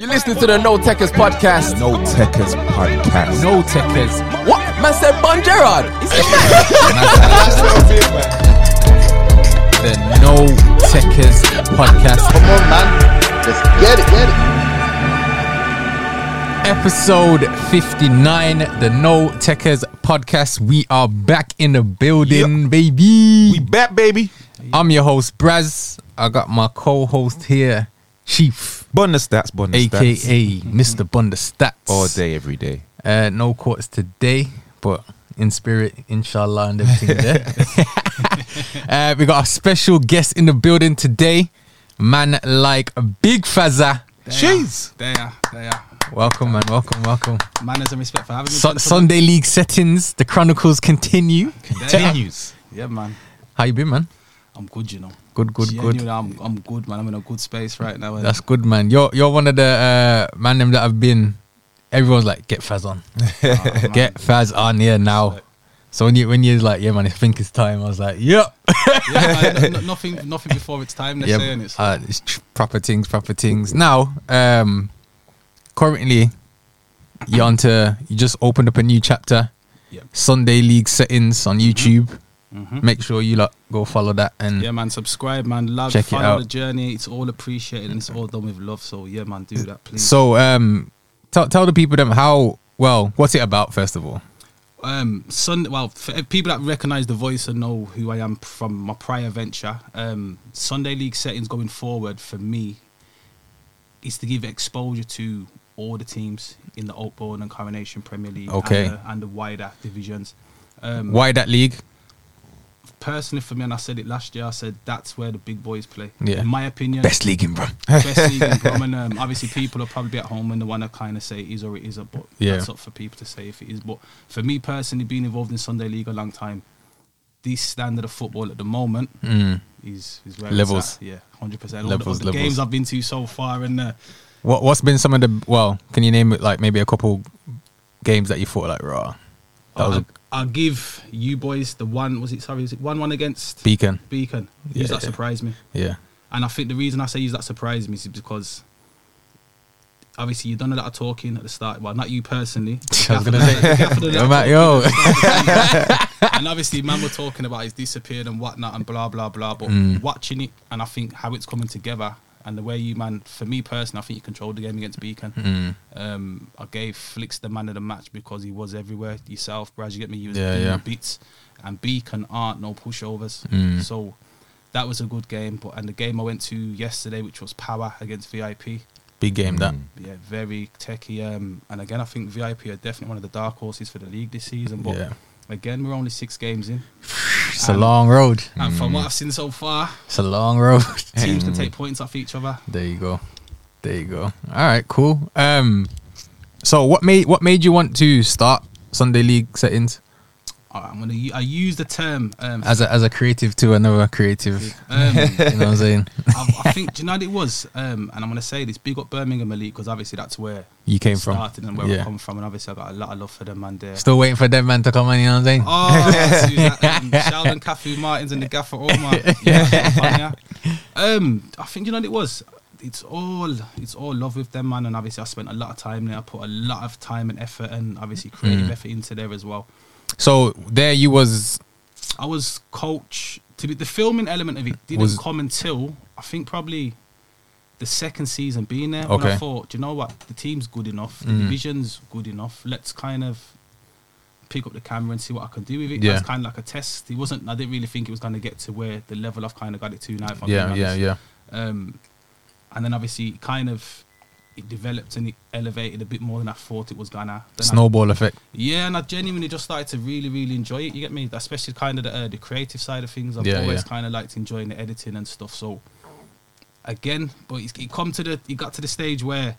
You're listening to the No Techers podcast. No Techers podcast. No techers. What? Man said Bon Gerard. Is he mad? The No Techers Podcast, Come on, man. Let's get it, get it. episode 59. The No Techers Podcast. We are back in the building, baby. We back, baby. I'm your host, Braz. I got my co host here, Chief, Bun the stats, bun the stats. aka Mr. Bunda Stats. All day, every day. Uh, no courts today, but in spirit, inshallah, and everything there. uh, we got a special guest in the building today, man like Big Fazza. Jeez. They are, they are. Welcome, man. Welcome, welcome. Manners and respect for having me. Su- gentlemen. Sunday League settings. The Chronicles continue. Continues. Yeah, man. How you been, man? I'm good, you know. Good, good, Genuinely, good. I'm, I'm good, man. I'm in a good space right now. and That's good, man. You're you're one of the uh, man them that have been. Everyone's like, get Faz on, get Faz on, yeah now. So when you when you're like, yeah, man, I think it's time. I was like, yep, yeah, man, no- no- nothing, nothing before it's time. They're yeah, saying it's uh, it's tr- proper things, proper things. Now, um, currently, you're onto you just opened up a new chapter. Yep. Mm-hmm. Sunday League settings on YouTube. Make sure you like go follow that and yeah, man. Subscribe, man. Love, Check it follow out. the journey. It's all appreciated and it's all done with love. So yeah, man, do that, please. So, um, tell tell the people them how well what's it about first of all. um Sun well for ev- people that recognize the voice and know who I am from my prior venture um Sunday league settings going forward for me is to give exposure to all the teams in the Oakbourne and Coronation Premier League Okay. and, the, and the wider divisions um Why that league? personally for me and I said it last year I said that's where the big boys play Yeah. in my opinion Best league in bro. best league in Brom, and um, obviously people are probably at home and they want to kind of say it is or it isn't, but Yeah. that's up for people to say if it is. But for me personally, being involved in Sunday League a long time, this standard of football at the moment Mm. is, is where it's Levels. at. Yeah, hundred percent. All, the- all Levels, the levels. games I've been to so far, and uh, What what's been some of the well? Can you name it like maybe a couple games that you thought like raw? That was I'll, a I'll give you boys the one. Was it sorry? Was it one one against beacon. Beacon? Yeah, Use that yeah. surprised me. Yeah. And I think the reason I say use that surprised me is because obviously you've done a lot of talking at the start. Well, not you personally. I was gonna say- say. I'm like, yo. and obviously, man, we're talking about he's disappeared and whatnot and blah blah blah. But Mm. watching it and I think how it's coming together and the way you man, for me personally, I think you controlled the game against Beacon. Mm. Um, I gave Flicks the man of the match because he was everywhere. Yourself, Braz, you get me. You was Yeah, doing yeah. the beats and Beacon aren't no pushovers. Mm. So that was a good game. But and the game I went to yesterday, which was Power against VIP. Big game that. Yeah, very techie. Um, and again, I think VIP are definitely one of the dark horses for the league this season. But Yeah. again, we're only six games in. It's a long road. And from Mm. what I've seen so far, It's a long road. teams can Mm. take points off each other. there you go. There you go. All right, cool. Um so what made what made you want to start Sunday League settings All right, I'm gonna. u- I use the term. Um, as a as a creative to another creative? um, You know what I'm saying? I, I think do you know what it was, um, and I'm gonna say this. Big up Birmingham Elite because obviously that's where You came it from. started and where Yeah. we come from, and obviously I got a lot of love for them and there. Still waiting for that man to come on, you know what I'm saying? Oh, that's who's that, um, Sheldon Cafu Martins and the gaffer Omar. Yeah, um, I think you know what it was. It's all it's all love with them, man. And obviously, I spent a lot of time there. I put a lot of time and effort, and obviously creative Mm. effort into there as well. So there you was I was coach to be the filming element of it didn't Was- come until I think probably the second season being there. When Okay. Mm. I thought, do you know what, the team's good enough, the division's good enough. Let's kind of pick up the camera and see what I can do with it. Yeah. It's kind of like a test. It wasn't. I didn't really think it was going to get to where the level I've kind of got it to now. If I'm yeah, being yeah, honest. yeah. Um, and then obviously, it kind of it developed and it elevated a bit more than I thought it was gonna. Then I Snowball effect. yeah, and I genuinely just started to really, really enjoy it. You get me? Especially kind of the, uh, the creative side of things. I've Yeah, always yeah. kind of liked enjoying the editing and stuff. So again, but it's, it come to the, it got to the stage where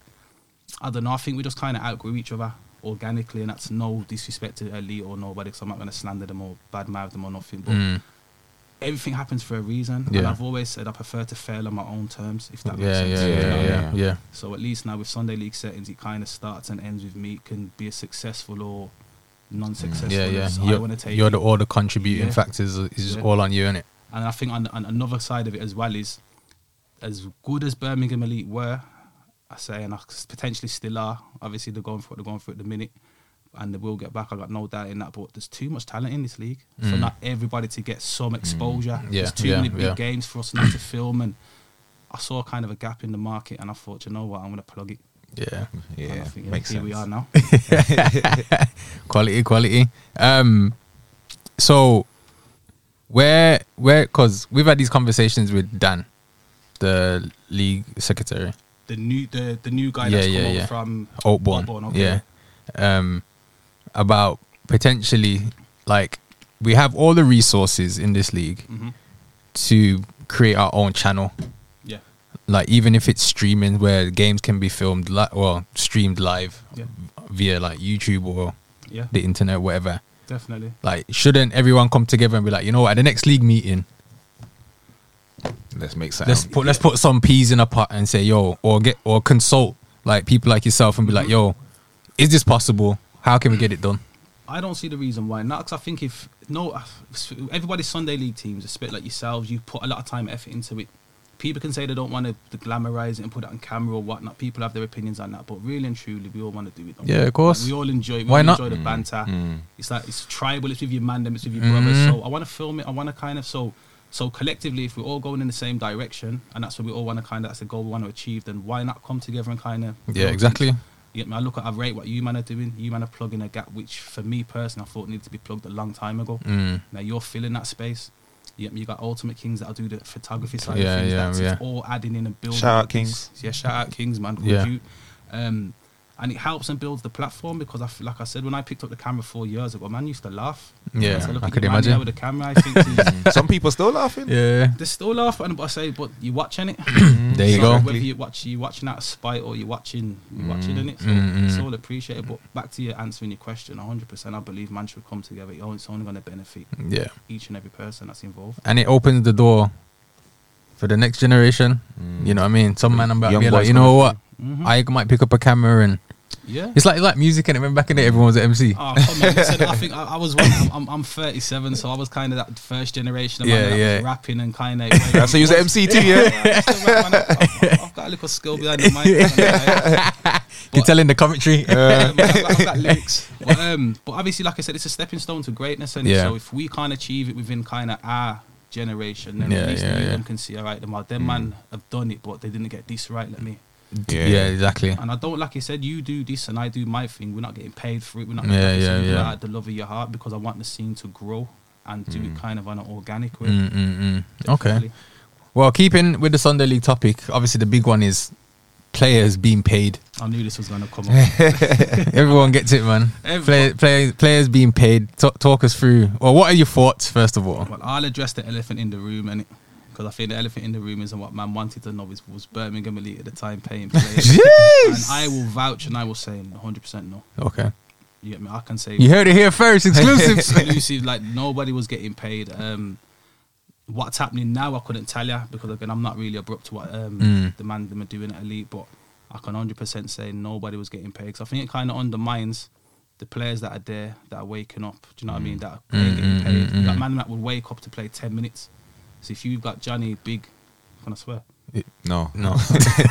I don't know. I think we just kind of outgrew each other organically, and that's no disrespect to Elite or nobody, because I'm not going to slander them or badmouth them or nothing. But Mm. everything happens for a reason, and Yeah. I've always said I prefer to fail on my own terms, if that makes Yeah, sense. yeah, You know yeah, what I yeah, mean? yeah, yeah. So at least now with Sunday League settings, it kind of starts and ends with me. It can be a successful or non-successful. Yeah, yeah. as I You're, want to take you're it. the all the contributing Yeah. factors is Yeah. all on you, innit? and I think on, on another side of it as well is as good as Birmingham Elite were, I say, and I s- potentially still are. Obviously, they're going for it. They're going for it at the minute, and they will get back. I got no doubt in that. But there's too much talent in this league for not everybody to get some exposure. Mm. Yeah, there's too yeah, many big yeah. games for us not to film, and I saw kind of a gap in the market, and I thought, you know what, I'm going to plug it. Yeah. and I Yeah, think, yeah, makes here sense. we are now. quality, quality. Um, so where where because we've had these conversations with Dan, the league secretary, the new the, the new guy Yeah, that's yeah, come over yeah. from Oakborn, Oakborn, yeah, um, about potentially like we have all the resources in this league Mhm. to create our own channel. yeah, Like even if it's streaming, where games can be filmed, li- well, streamed live Yeah. via like YouTube or yeah, the internet, whatever. definitely. Like, shouldn't everyone come together and be like, you know what, at the next league meeting, Let's make let's sense. put let's put some peas in a pot and say, yo, or get or consult like people like yourself and be like, yo, is this possible? How can we get it done? I don't see the reason why not. 'cause I think if no, everybody's Sunday league teams, especially like yourselves, you put a lot of time and effort into it. People can say they don't want to glamorize it and put it on camera or whatnot. People have their opinions on that, but really and truly, we all want to do it. don't we? Yeah, of course. Like, we all enjoy it. We Why all not? enjoy the banter. It's like it's tribal. It's with your man, them. It's with your Mhm. brothers. So I want to film it. I want to kind of so so collectively, if we're all going in the same direction, and that's what we all want to kind of that's the goal we want to achieve, then why not come together and kind of Yeah, exactly. you get me? I look at I rate what you man are doing. You man are plugging a gap which, for me personally, I thought needed to be plugged a long time ago. Mm. Now you're filling that space. You get me? You got Ultimate Kings that'll do the photography side Yeah, of things. yeah, that's yeah. it's all adding in and building. Shout out up this- Yeah, shout out Kings, man. Good Yeah. you. Um, and it helps and builds the platform because, I f like I said, when I picked up the camera four years ago, man, I used to laugh. Yeah, said, I at could your man there imagine. With the camera, I think he's- Some people still laughing. Yeah, they still laugh, and but I say, but you watching it. there you So go. Whether you watch you watching out of spite or you're watching you watching Mm, in it, so it's all appreciated. But back to you answering your question, 100. percent I believe man should come together. It only- It's only going to benefit Yeah, each and every person that's involved. and it opens the door for the next generation. You know what I mean? Some man about to Young be like, boys you know gonna what, Mhm. I might pick up a camera and Yeah. it's like it's like music and it went back in the day, everyone was an MC. Oh come on! Listen, I think I, I was. One, I'm, I'm, I'm 37, so I was kind of that first generation of man Yeah, that yeah. was rapping and kind of. So you was an MC too, yeah? I've, I've got a little skill behind the mic. man. You're telling the commentary. I've got- I've got lyrics. But, um, but obviously, like I said, it's a stepping stone to greatness, and Yeah. so if we can't achieve it within kind of our generation, then Yeah, at least yeah, the yeah. Mm. them can see, all right, them, well, them man have done it, but they didn't get this right. Let me. yeah. exactly. And I don't, like you said, you do this and I do my thing. We're not getting paid for it. We're not. Yeah, getting yeah, something yeah. Out of the love of your heart, because I want the scene to grow and do it kind of on an organic way. Mm, mm, mm. Okay. Definitely. Well, keeping with the Sunday League topic, obviously the big one is players being paid. I knew this was going to come up. Everyone gets it, man. Everyone. Play, play, players being paid. Talk, talk us through. Well, what are your thoughts first of all? Well, I'll address the elephant in the room, and because I think the elephant in the room is what man wanted to know was, was Birmingham Elite at the time paying players. and I will vouch and I will say 100 percent no. Okay, You get me? I can say you heard it here first, exclusives. exclusive. Like nobody was getting paid. Um, what's happening now, I couldn't tell you because again, I'm not really abrupt to what um, Mm. the man them are doing at elite, but I can 100 percent say nobody was getting paid. Because I think it kind of undermines the players that are there that are waking up. Do you know what I Mm. mean? That are ain't getting paid. That man that would wake up to play 10 minutes. So if you've got Johnny Big, can I swear? No. no,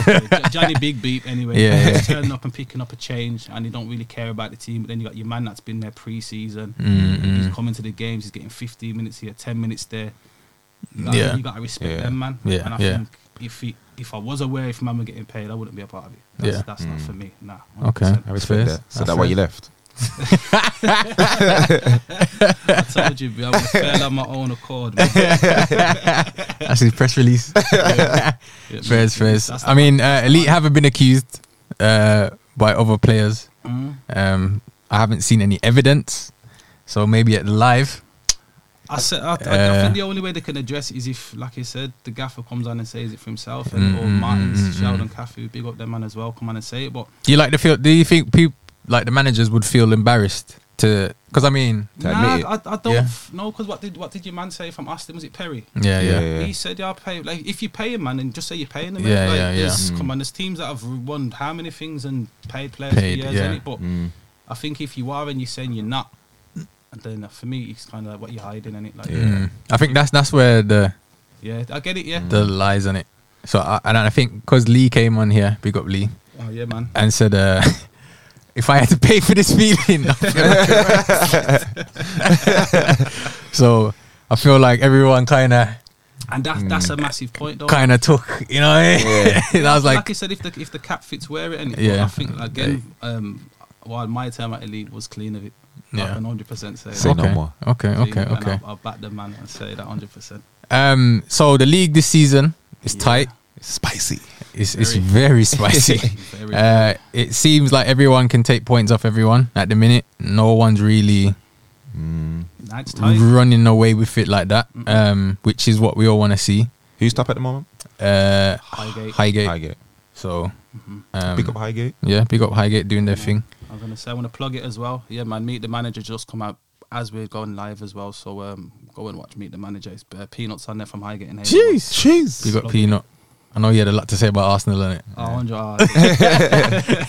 Jo- Johnny Big Beep anyway. Yeah, yeah. He's turning up and picking up a change, and he don't really care about the team. But then you got your man that's been there pre-season. Mm, and He's mm. coming to the games. He's getting 15 minutes here, 10 minutes there. You gotta, Yeah. you gotta respect Yeah. them, man. Yeah, and I yeah. think if he, if I was aware if man were getting paid, I wouldn't be a part of it. That's, Yeah. that's not for me. Nah. Okay. 100%. I Fair. respect that. So That's that why fair. you left. I told you, I would fail on my own accord. Man. that's his press release. Yeah, Fairs, fairs. That's I mean, uh, elite haven't been accused uh, by other players. Mm. Um, I haven't seen any evidence, so maybe at the live. I said, I, I, I Uh, think the only way they can address it is if, like you said, the gaffer comes on and says it for himself, and Mm, or mm, Martins, mm, mm, Sheldon, Cafu, big up them man as well, come on and say it. But Do you like the feel? Do you think people like the managers would feel embarrassed to? Because I mean, To nah, admit it. I, I don't Yeah. f- know because what did what did your man say from Aston? Was it Perry? yeah, yeah, yeah, Yeah. He said, "Yeah, I pay." Like if you pay him, man, and just say you're paying him. Yeah, like, yeah, Mm. yeah. there's- Come on, there's teams that have won how many things and paid players Paid, for years, yeah. innit? But Mm. I think if you are and you're saying you're not, and then uh, for me, it's kind of like what you're hiding, in it. Like, yeah. Mm. I think that's that's where the I get it. Yeah, the lies on it. So I, and I think because Lee came on here, big up Lee. Oh yeah, man. and said, uh, "If I had to pay for this feeling." I feel- so I feel like everyone kind of And that, that's a Mm. massive point, though. kind of took, you know. eh? and I was like, like, I said, if the if the cap fits, wear it. And Yeah. I think again, um, while my term at elite was clean of it, I Yeah. can hundred percent say Say that. no okay, more. okay, okay, And okay. I'll, I'll back the man and say that hundred percent. Um, so the league this season is Yeah. tight. Spicy. It's it's very spicy. Very Uh, it seems like everyone can take points off everyone at the minute. No one's really nice time. running away with it like that, um, which is what we all want to see. Who's top at the moment? Uh, Highgate. Highgate. Highgate. So, um, Pick up Highgate. yeah, big up Highgate doing their thing. I'm gonna say I want to plug it as well. Yeah, man. Meet the manager just come out as we're going live as well. So um, go and watch Meet the Manager. It's uh, peanuts on there from Highgate and Hazel. jeez. Big up Plug it. Peanut. I know you had a lot to say about Arsenal, innit? Oh, 100 oh,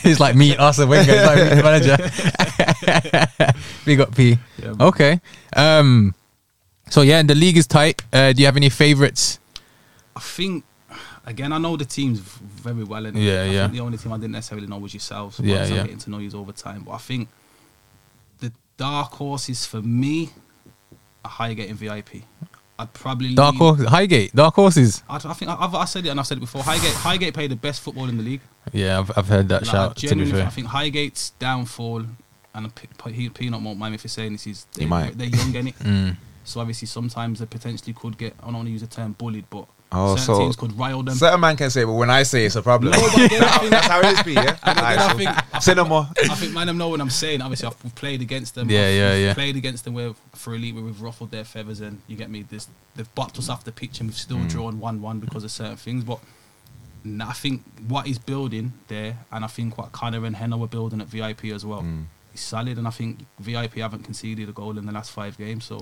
it's like me, Arsenal Wenger, it's like me, the manager. big up P. Yeah. Okay. Um, so yeah, and the league is tight. Uh, do you have any favourites? I think again, I know the teams v- very well, and Yeah, I yeah. Think the only team I didn't necessarily know was yourselves. but Yeah, obviously yeah. I'm getting to know you over time, but I think the dark horses for me are Highgate and VIP. I'd probably Dark lean- horse, Highgate, dark horses. I, I think I, I've I said it and I've said it before. Highgate, Highgate play the best football in the league. Yeah, I've, I've heard that Like, I shout. To be genuinely, I fair, think Highgate's downfall, and I pe- pe- he- Peanut won't mind me for saying this, is He they, might. they're young, innit? Mm. it. So obviously, sometimes they potentially could get, I don't want to use the term bullied, but Oh, certain so- teams could rile them. Certain man can say, but when I say it's a problem. that's how it is, be, yeah? I Alright, think, so- Say no more. I think, man, I know what I'm saying. Obviously, I've we've played against them. Yeah, I've- yeah, we've yeah. Played against them where for elite, where we've ruffled their feathers, and you get me. This they've bopped us off the pitch, and we've still Mm. drawn one-one because of certain things. But nah, I think what he's building there, and I think what Connor and Henna were building at VIP as well. Mm. is solid, and I think VIP haven't conceded a goal in the last five games, so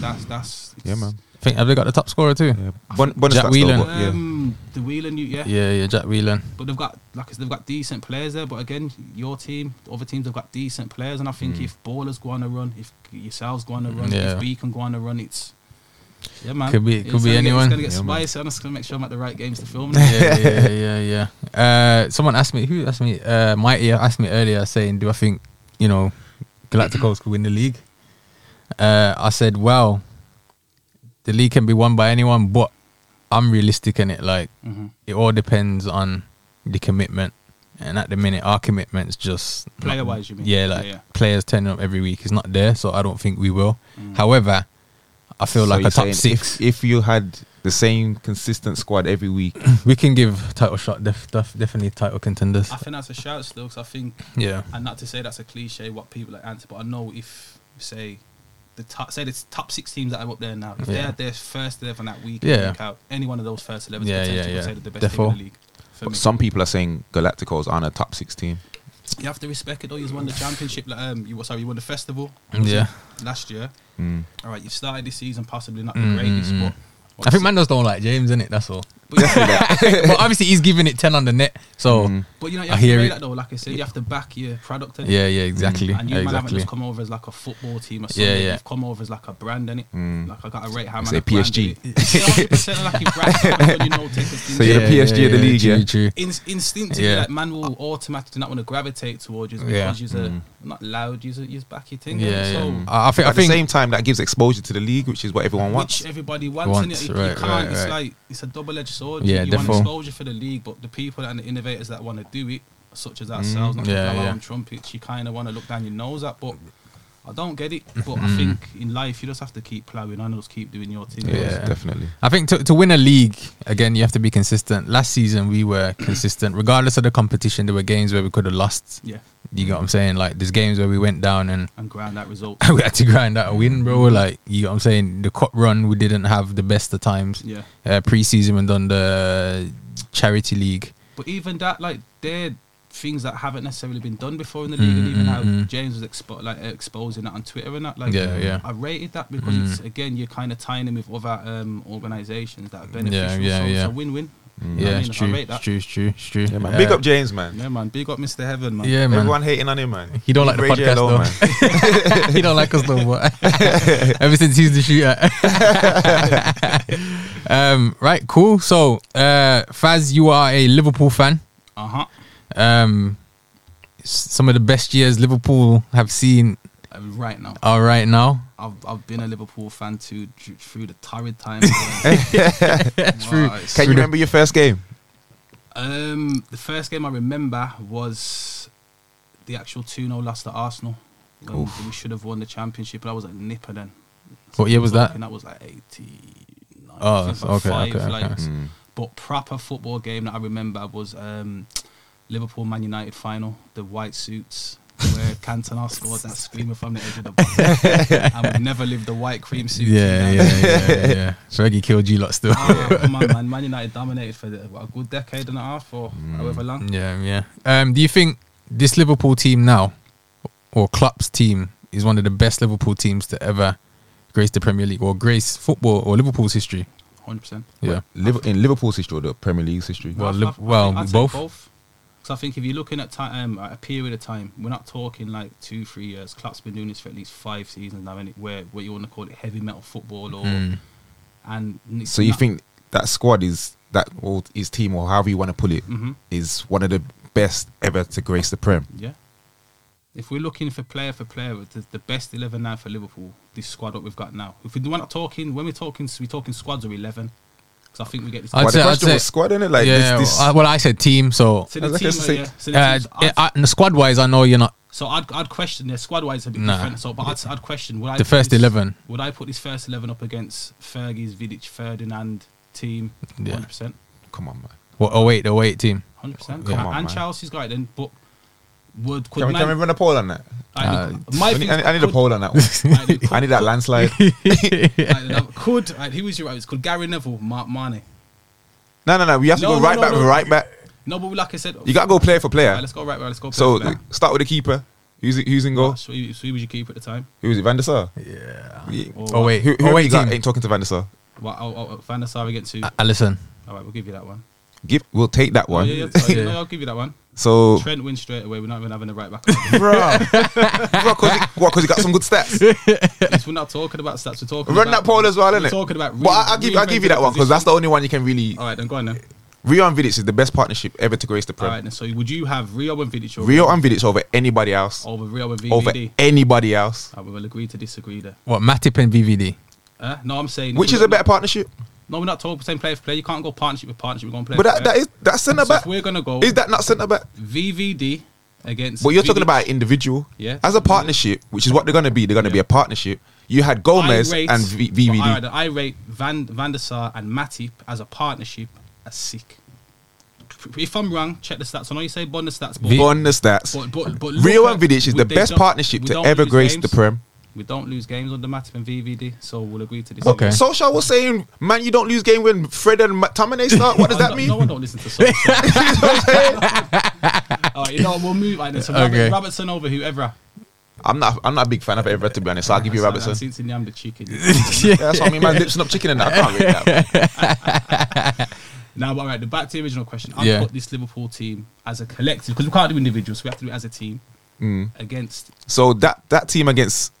that's that's Yeah, man. I think have they got the top scorer too? Yeah. Bon, bonus Jack stats though, Whelan. but, yeah. Um, the Whelan, you yeah, Yeah, yeah, Jack Whelan. But they've got like I said, they've got decent players there. But again, your team, the other teams, they've got decent players, and I think if ballers go on a run, if yourselves go on a run, Mm. Yeah. if B can go on a run, it's yeah, man. Could be- It's could gonna be get- anyone. It's gonna get Yeah, man. spicy. I'm just gonna make sure I'm at the right games to film. yeah, yeah, yeah, yeah. Uh, someone asked me, who asked me, uh, Mighty asked me earlier, saying, do I think, you know, Galacticos could win the league? Uh, I said, well, the league can be won by anyone, but I'm realistic in it. Like, Mhm. it all depends on the commitment. And at the minute, our commitment's just not- Player-wise, you mean? Yeah, like Yeah, yeah. players turning up every week is not there, so I don't think we will. Mm. However, I feel like you're a top saying six, If, if you had the same consistent squad every week, we can give title shot. Def, def, definitely title contenders. I think that's a shout still, 'cause I think Yeah. and not to say that's a cliche what people like answer, but I know if say the top say the top six teams that are up there now, if Yeah. they're their first eleven that week, in, Yeah. week out, any one of those first eleven Yeah, yeah, yeah, potentially yeah. yeah, the best Therefore. team in the league. For me. but some people are saying Galacticos aren't a top six team. you have to respect it though. You won the championship like, um you sorry, you won the festival Yeah. Hmm. last year. Mm. All right, you've started this season possibly not the Mm, greatest, mm, but I think Mandos don't like James, innit? That's all. but, you- but obviously, he's giving it 10 on the net. So, Mm. but you know you I have to hear play it. that though. Like I said, you have to back your product. innit? yeah, yeah, exactly. And you might haven't exactly. just come over as like a football team or something. Yeah, yeah. Hmm. You've come over as like a brand, innit? Mm. Like I got a rate hammer. Say PSG. like you brand, you know, take us So you're the PSG of the league, true, yeah? true. in, instinctively, Yeah. like man will automatically not want to gravitate towards you Yeah. Hmm. because you're not loud, you're you're back your thing. Yeah, Hmm. innit? so yeah. I I think, At I the think same time, that gives exposure to the league, which is what everyone wants. Which everybody wants, Wants, innit? You, right, you can't. right, it's right. like it's a double-edged sword. Yeah, you therefore. want exposure for the league, but the people and the innovators that want to do it, such as ourselves, not Mm, yeah, to blow yeah. our own trumpets, you kind of want to look down your nose at. But I don't get it. But Mm. I think in life you just have to keep plowing on, and just keep doing your thing. Yeah. definitely. I think to, to win a league, again, you have to be consistent. Last season, we were consistent. Regardless of the competition, there were games where we could have lost. yeah, You get what I'm saying? Like, there's games where we went down and and grind that result. we had to grind out a win, bro. Like, you know what I'm saying? The cup run, we didn't have the best of times. yeah. Uh, preseason, we done the charity league. But even that, like, they're things that haven't necessarily been done before in the league, and even how James was expo- like exposing that on Twitter and that, like, Mm-hmm. Yeah, yeah. Mm-hmm. I rated that because it's again you're kind of tying him with other um, organisations that are beneficial. yeah, so yeah. Mm, it's a win-win. Yeah, I mean, it's, if I true, rate it's that- true. It's true. It's true. Yeah, man. Uh, Big up James, man. Yeah, man. Big up, Mr. Heaven, man. Yeah, man. Everyone hating on him, man. He don't like the Leave Ray J podcast alone, though. man. he don't like us no more. Ever since he's the shooter. um, right, cool. So, uh, Faz, you are a Liverpool fan. Uh huh. um, s- some of the best years Liverpool have seen Uh, Right now, are right now. I've I've been a Liverpool fan too dr- through the torrid times. Wow, it's- Can you remember your first game? Um, the first game I remember was the actual 2 0 loss to Arsenal. Um, we should have won the championship, but I was a nipper then. What year was I that? think that was like 89. Oh, I think, so- like okay, okay, okay. Mm. like, But proper football game that I remember was um, Liverpool Man United final, the white suits. Where Cantona scored that screamer from the edge of the box, and would never live the white cream suit. Yeah, yeah, yeah, yeah, yeah. Fergie killed you lot still. Oh, come on, man. Man United dominated for the, what, a good decade and a half or Mm. however long. Yeah, yeah. Um, do you think this Liverpool team now, or Klopp's team, is one of the best Liverpool teams to ever grace the Premier League or grace football or Liverpool's history? 100%. Yeah, Liver- in Liverpool's history or the Premier League's history? Well, I've- Liv- I've- I well, think I'd say both. So I think if you're looking at time, at a period of time, we're not talking like two, three years. Klopp's been doing this for at least five seasons now, and where what you want to call it heavy metal football, or and it's So you not- think that squad is that or his team or however you want to pull it is Mm-hmm. Mhm. one of the best ever to grace the Prem? yeah. If we're looking for player for player, the, the best eleven now for Liverpool, this squad that we've got now. If we, we're not talking, when we're talking, we're talking squads or eleven, because I think we get this. I'd Well, say- the question say- was squad, innit? Like yeah. this, this I- well, I said team, so so the I was team, gonna uh, say- yeah, so the uh, teams- I'd- I, squad wise, I know you're not. So I'd, I'd question their squad wise a bit Nah. different. So, but I'd, I'd question would I The put first this- 11. Would I put this first eleven up against Fergie's Vidic, Ferdinand team? Yeah. One percent, come on, man. Well, oh wait, oh wait, team. hundred percent. Come And on, and man. Chelsea's got it then, but would could Can we, Man- can we run a poll on that? I, I my need, thing- I need- I need a could- poll on that I one. need- could- I need that landslide. I- could I- who was your right? Could Gary Neville, Mark Marnie? No, no, no. We have to No, go no, right no, back, no. right back. No, but like I said, You gotta go player for Right, player. let's go right. Right, let's go. So oh. player for start with the keeper. Who's who's in player. goal? so, who, so who was your keeper at the time? Who is it? Van der Sar. Yeah. Yeah. Or Oh what- wait, Who, who oh have wait, you got? team. Ain't talking to Van der Sar. What, oh, oh, oh, Van der Sar against who? Allison. All right, we'll give you that one. Give. We'll take that Oh, Uh, one. yeah, yeah, sorry, Yeah. no, I'll give you that one. So, Trent wins straight away. We're not even having a right back. bro, because he, what, 'cause he got some good stats. Because we're not talking about stats. We're talking Run about, that poll as well, we're innit? Talking about. But I, I'll give I will give you that one because that's the only one you can really. All right, then go on then. Rio and Vidic is the best partnership ever to grace the All Prem. right, then. So would you have Rio and Vidic over, Rio and Vidic over anybody else, over Rio and VVD? over anybody else. All right, we will agree to disagree there. What Matip and VVD? Uh, no, I'm saying Which is a better partnership? No, we're not talking same player for player. You can't go partnership with partnership. We're going player. But for that, player. that is that's centre So back. if we're gonna go Is that not centre back? VVD against. But you're talking Vidic. about individual. Yeah. As a partnership, which is what they're going to be, they're going to be Yeah. a partnership. You had I Gomez rate- and v- but all right, VVD. I rate Van Van der Sar and Matip as a partnership as sick. If I'm wrong, check the stats. I know you say bond the stats, but V- Go on the stats. But, but, but Rio look and at- Vidic is we- the they best don't- partnership we to don't ever lose grace games. the Prem. We don't lose games under Matip and VVD, so we'll agree to this. Okay. Solskjaer was saying, man, you don't lose game when Fred and McTominay start. What does No, that no, mean? No one don't listen to songs. All right, you know what, we'll move on. then. So Robert- Okay. Robertson over whoever. I'm not I'm not a big fan of Everett, to be honest. So I'll give you Robertson. Since in the ambit chicken. Yeah, that's what I mean, man. Lipson up chicken and that. I can't rate that. now, but all right, the back to the original question. I Yeah. put this Liverpool team as a collective because we can't do individuals. We have to do it as a team Mm. against So that, that team against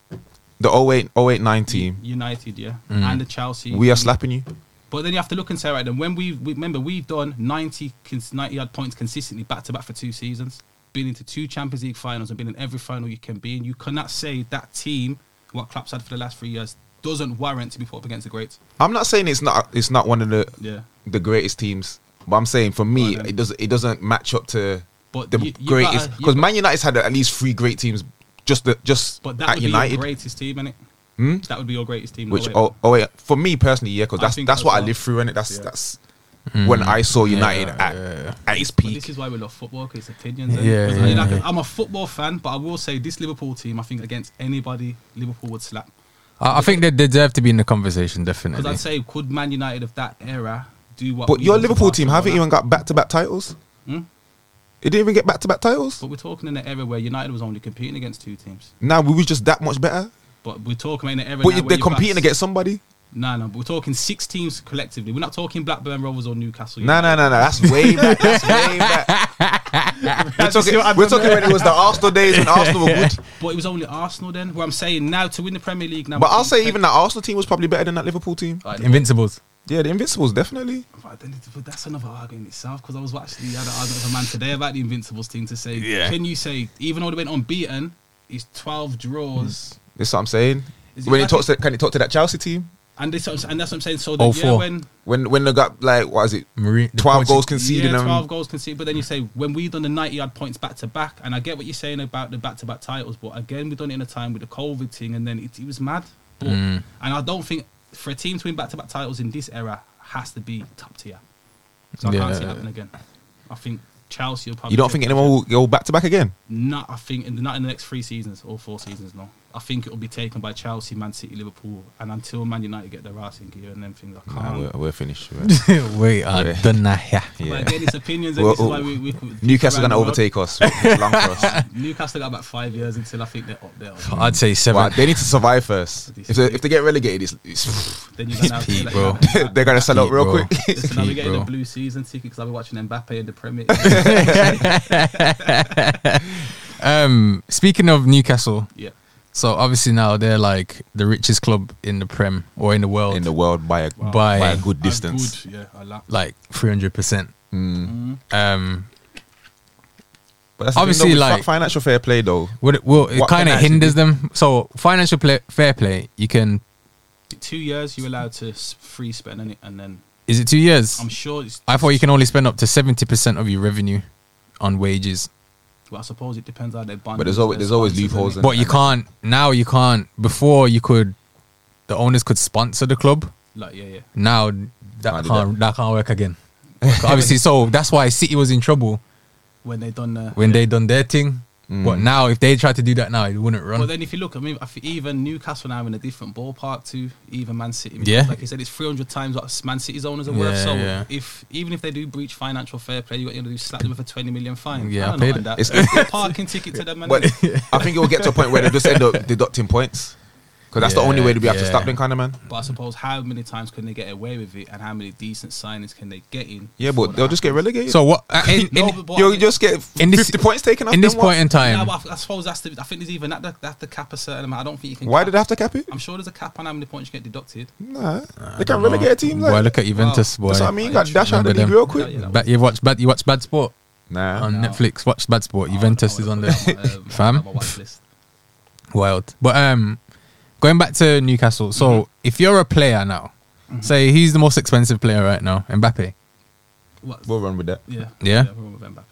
the 08, 08 9 team, Mm. United, yeah, and the Chelsea. we are slapping you. But then you have to look and say, right, then when we, we remember we've done 90, cons- 90 odd points consistently back to back for two seasons, been into two Champions League finals and been in every final you can be in. You cannot say that team, what Klopp's had for the last three years, doesn't warrant to be put up against the greats. I'm not saying it's not it's not one of the Yeah. the greatest teams. But I'm saying for me, Well, then- it doesn't it doesn't match up to But the you- you greatest gotta- you because got- Man United's had at least three great teams just the, just But that at would be United, Hmm? your greatest team, innit? That would be your greatest team. no which way. oh, oh yeah, for me personally, yeah, because I that's think that's as what I well. lived through, and that's that's when I saw United Mm. yeah, at, yeah. at its But peak. this is why we love football, 'cause it's opinions. innit? Yeah, 'Cause I mean, yeah, I can- yeah. I'm a football fan, but I will say this Liverpool team, I think against anybody, Liverpool would slap. I, I think they deserve to be in the conversation, definitely. Because I'd say, could Man United of that era do what? But we your did to Liverpool team haven't Barcelona? even got back to back titles. Hmm? It didn't even get back to back titles. But we're talking in an era where United was only competing against two teams. Now we were just that much better. But we're talking in an era. But now you- where they're you've got- competing against somebody. No, no. But we're talking six teams collectively. We're not talking Blackburn Rovers or Newcastle. No, no, United. no, no. That's way back. That's way back. we're talking, we're talking when it was the Arsenal days when Arsenal were good. But it was only Arsenal then. Where I'm saying now to win the Premier League now. But we're I'll say talking- even that Arsenal team was probably better than that Liverpool team. Alright, Invincibles. Yeah, the Invincibles definitely. But then it- but that's another argument in itself because I was actually had an argument with a man today about the Invincibles team to say, Yeah. can you say even though they went unbeaten, it's twelve draws, That's what I'm saying. Is it When he like- talks, to, can he talk to that Chelsea team? and this and that's what I'm saying. So the Oh, yeah, four. when When when they got like what is it? Marine- the Twelve Portu- goals conceded. um, yeah, and twelve goals conceded, but then you say when we done the ninety yard points back to back, and I get what you're saying about the back to back titles, but again we done it in a time with the COVID thing, and then it, it was mad. But, Mm. And I don't think for a team to win back to back titles in this era has to be top tier. So I Yeah. can't see it happening again. I think Chelsea will probably. You don't take think it. anyone will go back to back again? Not, I think, in the, not in the next three seasons or four seasons. No, I think it will be taken by Chelsea, Man City, Liverpool, and until Man United get their ass in gear and then things. I can't. we're finished. Wait, I Yeah. don't know. Yeah. But yeah. again, it's opinions, and Well, oh, this is why we, we Newcastle are going to overtake. overtake us. It's long for us. Newcastle got about five years until I think they're up there. I'd say seven. Wow, they need to survive first. If they, if they get relegated, it's, it's Then you're gonna have Pete, like, bro. they're going to sell out Pete, real bro. quick. Listen, I'll be Pete, getting bro. the blue season ticket because I'll be watching Mbappe in the Premier. Um, speaking of Newcastle, yeah, so obviously now they're like the richest club in the Prem or in the world In the world by a, by by a good distance. Good, yeah, I like. like three hundred percent. Um, But that's the Obviously, thing, though, with like- fi- financial fair play though. what it, well, it What can kind of actually hinders them. So financial play, fair play, you can. Two years you're allowed to s- free spend in it, and then Is it two years? I'm sure it's. I thought you can only spend up to seventy percent of your revenue on wages. Well, I suppose it depends how they bond. But there's always- there's always loopholes and- But you can't now. You can't. Before you could, the owners could sponsor the club. Like yeah, yeah. Now Can't that do can't that can't work again. obviously, so that's why City was in trouble When they done the. when they done their thing. But now, if they tried to do that now, it wouldn't run. Well, then if you look, I mean, I think even Newcastle now in a different ballpark to even Man City. Yeah. like you said, it's 300 times what Man City's owners are worth. Yeah, So yeah. if even if they do breach financial fair play, you're going to do slap them with a 20 million fine. Yeah, I I don't paid mind that. it. It's, a parking ticket to them. Man. But I think it will get to a point where they just end up deducting points. Because that's the Yeah, only way to be able to yeah. stop them kind of man. But I suppose how many times can they get away with it, and how many decent signings can they get in? Yeah, but before that they'll just get happens? relegated. so what? uh, in, No, in- but what- you'll just get In this- 50 points taken off in this them, what? point in Yeah, time, but I, th- I suppose that's the. I think there's even that that, that the cap a certain amount. I don't think you can. Why cap- did they have to cap it? I'm sure there's a cap on how many points you get deducted. Nah. They can relegate a team. Like, boy, look at Juventus, boy. that's what I mean. Got dash out the Remember league them. real quick. Yeah, yeah. But you watch bad, you watch Bad Sport Nah. on Netflix. Watch Bad Oh, Sport. Juventus is on there. um, Fam. Fam. Wild. But um, going back to Newcastle. So if you're a player now, say he's the most expensive player right now, Mbappe. What? We'll run with that. Yeah. Yeah? we're on with Mbappe.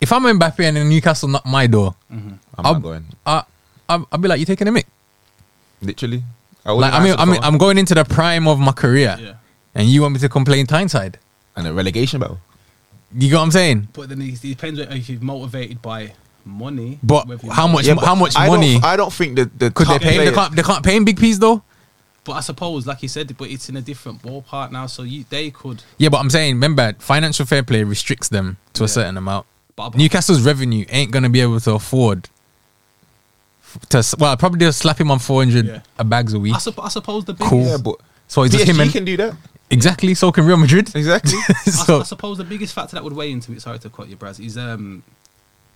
If I'm Mbappe and then Newcastle knock my door, I'm I'll- not going. I, I I'll be like, you taking a mick. Literally. Like I mean, I mean, I'm going into the prime of my career, Yeah. and you want me to complain Tyneside? And a relegation battle. You got what I'm saying? But then it depends whether if you're motivated by money. But whether you- how much? Yeah, but how much I don't- money I don't think that the could they top pay? Him? They players- can't. They can't pay him big piece though. But I suppose, like you said, but it's in a different ballpark now, so you they could. Yeah, but I'm saying, remember, financial fair play restricts them to a certain amount. But I- Newcastle's revenue ain't gonna be able to afford f- to. s- Well, probably they'll slap him on 400 Yeah. a bags a week. I, supp- I suppose the biggest. Cool. Yeah, but So it's just him PSG and- can do that. Exactly. So can Real Madrid. Exactly. I, so I suppose the biggest factor that would weigh into it. Sorry to cut you, Braz. Is um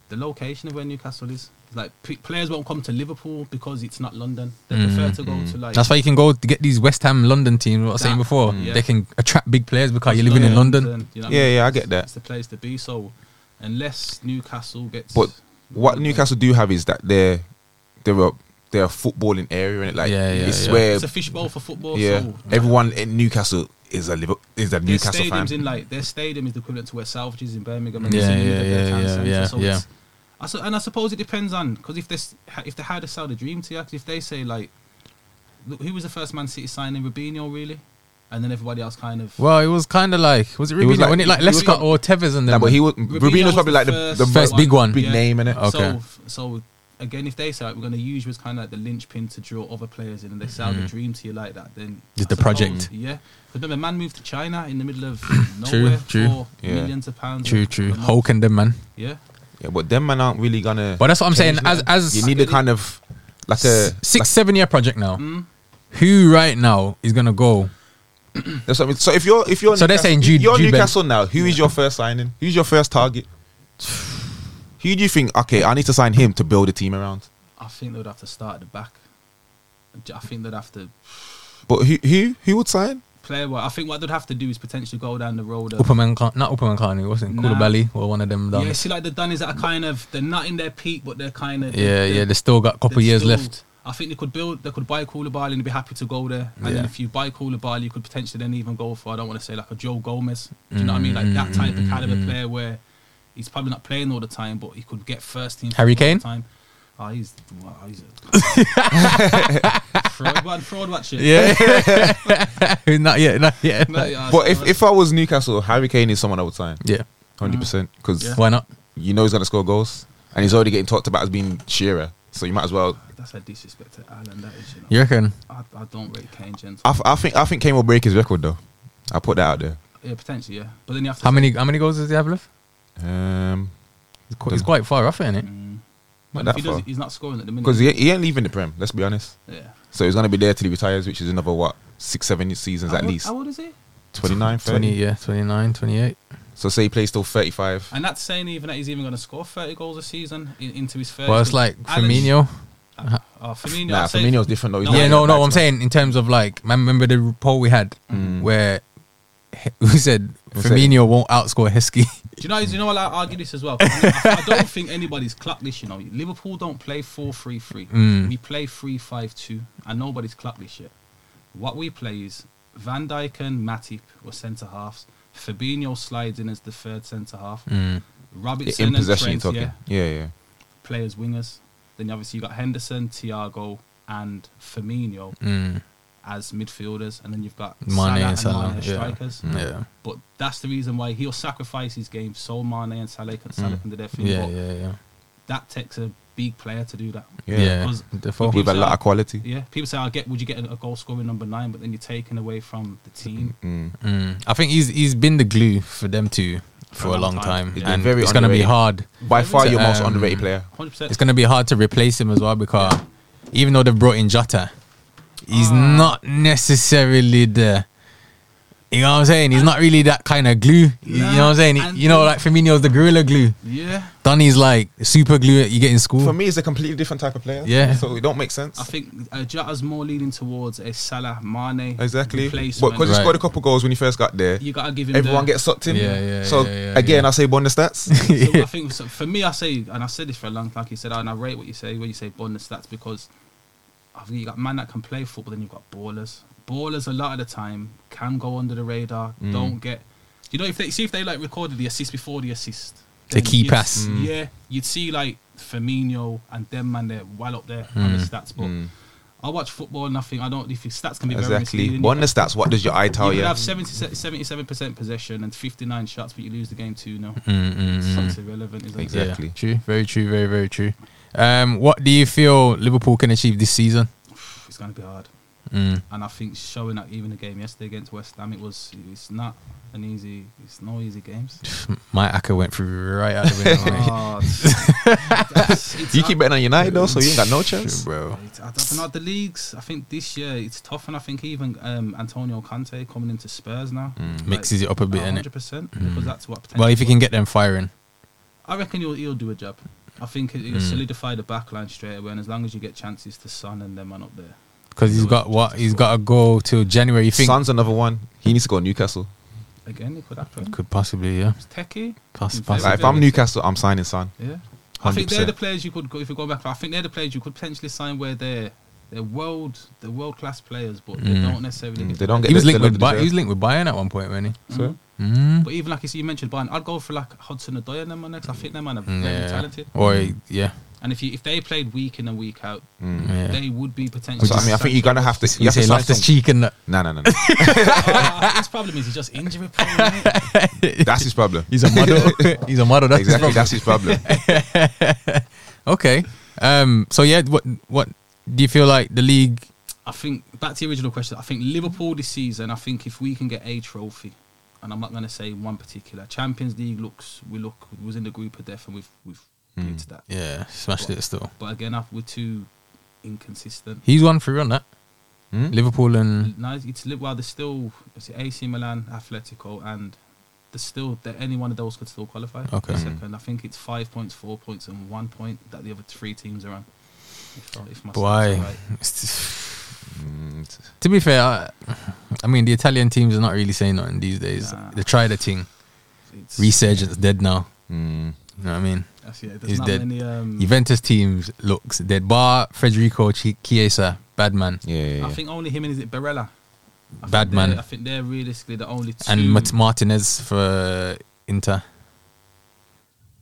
the location of where Newcastle is. Like p- players won't come to Liverpool because it's not London. They prefer to go to like. Mm-hmm. that's why you can go to get these West Ham London teams. What I was saying That- before, yeah. they can attract big players because you're living in London. you know what I yeah, mean? yeah, I get that. It's the place to be. So unless Newcastle gets. But what Newcastle do have is that they're they're a they're a footballing area and like Yeah, yeah, it's yeah. where It's a fishbowl for football. yeah So everyone in Newcastle is a Liver- is a their Newcastle fan. stadiums in like their stadium is the equivalent to where Salvage is in Birmingham. And Yeah, it's in yeah, the yeah, town yeah, centre, yeah, so it's- I su- and I suppose it depends on because if this if they had to sell the dream to you, 'cause if they say like, look, who was the first Man City signing? Rubinho, really, and then everybody else kind of. Well, it was kind of like was it Rubinho? was like- when it like he was Lescott or Tevez and them. Nah, but he was Rubinho Rubino's probably like the, the first big one. big name in it. Okay. So, so again, if they say like, we're going to use you as kind of like the linchpin to draw other players in, and they sell the dream to you like that, then Did I Mm. the project. Yeah, because remember, man moved to China in the middle of True, nowhere true. for Yeah. millions of pounds. True, a- a true. month. Hulk and them, man. Yeah, Yeah, but them man aren't really gonna. But that's what I'm saying. change As that. as you need a kind of like a s- six seven year project now. Who right now is gonna go? That's what I mean. So if you're if you're So they're Newcastle- saying Jude- you're Jude Ben- Newcastle now, who is your first signing? Who's your first target? Who do you think? Okay, I need to sign him to build a team around. I think they'd have to start at the back. I think they'd have to. But who who who would sign? player. Well, I think what they'd have to do is potentially go down the road. Of, Upperman, Khan- not Upperman Carney, wasn't it? Nah. Koulibaly or one of them. yeah, Yes. see, like the Dunnies that are kind of they're not in their peak, but they're kind of Yeah, yeah, they still got a couple they're years still- left. I think they could build, they could buy Koulibaly and be happy to go there. And Yeah. then if you buy Koulibaly, you could potentially then even go for, I don't want to say like a Joe Gomez. Do you know what I mean? Like that type Mm, of caliber player where he's probably not playing all the time, but he could get first team. Harry football all Kane? the Time. Oh, he's, wow, he's a fraud, man, fraud watch it. Yeah. not yet, not yet. No, yeah, But so if, if I was Newcastle, Harry Kane is someone I would sign. Yeah. Hundred percent, because Yeah. Why not? you know he's gonna score goals, and he's already getting talked about as being Shearer. So you might as well. that's a disrespect to Ireland. That is, you know. You reckon? I, I don't rate Kane, gents. I, th- I think I think Kane will break his record though. I put that out there. Yeah, potentially, yeah. But then you have to. How many how many goals does he have left? Um, He's quite, he's quite far off, isn't it? but not if that he far does, he's not scoring at the minute. because he, he ain't leaving the Prem. Let's be honest. yeah. So he's gonna be there till he retires, which is another what six, seven seasons at How old- least. How old is he? 29, 30. 20, yeah, 29, 28. So say he plays till thirty-five. And that's saying even that he's even going to score 30 goals a season in, into his first. Well, it's like Alan- Firmino. Oh, Firmino. nah, I'd say- Firmino's different though. He's No, not yeah, a no, right no. back, I'm man. saying in terms of like, man, remember the poll we had where we said Mm. Who said it? Firmino won't outscore Heskey. Do you know? Do you know? I'll argue this as well. 'Cause I, I don't think anybody's clocked this. You know, Liverpool don't play four three three. Mm. We play three five two, and nobody's clocked this yet. What we play is Van Dijk and Matip were centre halves. Fabinho slides in as the third centre half. Mm. Mm, Robertson in and possession. Trent, you're talking. yeah, Yeah, yeah. play as wingers. Then obviously you got Henderson, Thiago, and Firmino mm, as midfielders, and then you've got Mane Salah and and Salah, Mane as yeah. strikers. Yeah, But that's the reason why he'll sacrifice his game so Mane and Salah can, Salah can do their thing. Mm. yeah, but yeah, yeah. That takes a big player to do that. Yeah. Yeah, 'Cause Defoe. we- With a lot of quality. Yeah, people say, "I get, would you get a goal scorer number nine? But then you're taken away from the team. Mm. Mm. I think he's he's been the glue for them two for a long time, He's been and very it's gonna be hard. underrated. By far, your most Um, underrated player. 100. It's percent gonna be hard to replace him as well because even though they've brought in Jota, he's not necessarily the. You know what I'm saying? He's not really that kind of glue. You know what I'm saying? Nah, you know, like Firmino's the gorilla glue. Yeah, Donny's like super glue that you get in school. For me, he's a completely different type of player. Yeah. So it don't make sense. I think uh, Jota's more leaning towards a Salah, Mane Exactly. But replacement. because he Right. scored a couple goals when he first got there, you gotta give him everyone the, gets sucked in. Yeah, yeah, So yeah, yeah, again, yeah. I say bonus stats. So I think so for me, I say, and I said this for a long time. Like you said, and I rate what you say when you say bonus stats because I think you got man that can play football, then you've got ballers. Ballers a lot of the time can go under the radar. Mm. Don't get, you know, if they see if they like recorded the assist before the assist, The then key you'd- pass. Mm. Yeah, you'd see like Firmino and them man they're well up there on the Mm. stats, but. I watch football and I think I don't. If your stats can be very exactly. misleading. Bonus stats. What does your eye You Oh, tell could you? have 77 percent possession and fifty nine shots, but you lose the game two 0 Mm, It's irrelevant, isn't it? Exactly. Yeah, true. Very true. Very very true. Um, what do you feel Liverpool can achieve this season? It's going to be hard, Mm. and I think showing that even the game yesterday against West Ham, it was it's not an easy, it's no easy games. My acca went through right out the window. mate. Oh, it's- it's You not- keep betting on United though, so you ain't got no chance. bro. it's- I don't know the leagues. I think this year it's tough, and I think even um, Antonio Conte coming into Spurs now Mm. Mixes it up a bit, innit? Mm. hundred percent because that's what. Well, if you potential- can get them firing, I reckon he'll, he'll do a job. I think Hmm. he'll solidify the back line straight away, and as long as you get chances to Son and them man up there. because he's got what he's got a goal till January. You think Son's another one. He needs to go to Newcastle. Again, it could happen. could possibly yeah. It's techie. Pass, It's pass. very Like, if I'm good. Newcastle, I'm signing Son. Yeah, I 100%. think they're the players you could go if you go back. I think they're the players you could potentially sign where they're they're world they're world class players, but they don't necessarily. Mm, get They don't get. He was the- the linked love with they Bay- he was deserve. linked with Bayern at one point, wasn't he? Hmm? So, But even like you see, you mentioned Bayern, I'd go for like Hudson Odoi and them man next. I think them man are Hmm, very talented, Or Mm. yeah, and if you if they played week in and week out, Hmm, yeah. they would be potentially. so, I mean, I think you're gonna have to. You You have to say sign left his some, cheek and that. No, no, no, no. Ah, his problem is he's just injury prone. innit? That's his problem. He's a model. he's a model. That's his Exactly. problem. That's his problem. Okay. Um. So yeah, what what do you feel like the league? I think back to the original question. I think Liverpool this season. I think if we can get a trophy, and I'm not going to say one particular Champions League looks. We look we was in the group of death, and we've we've Hmm. beat that. Yeah, smashed it still. But again, I- we're too inconsistent. He's one through on that. Hmm? Liverpool and No, it's li- well, there's still is it AC Milan, Atletico, and there's still that any one of those could still qualify. Okay. Hmm. The Second, I think it's five points, four points, and one point that the other three teams are on. If, if my stats are why? right. Hmm. It's- to be fair, I, I mean, the Italian teams are not really saying nothing these days. Nah. They tried a thing. It's- Resurgence dead now. Hmm. You know what I mean? that's it. There's He's not dead. many. Um, Juventus teams looks dead. Bar Federico Chi- Chiesa, bad man, Yeah, yeah, I yeah. think only him and is it Barella? I think Bad man. they're- I think they're realistically the only two. and Mart- Martinez for Inter.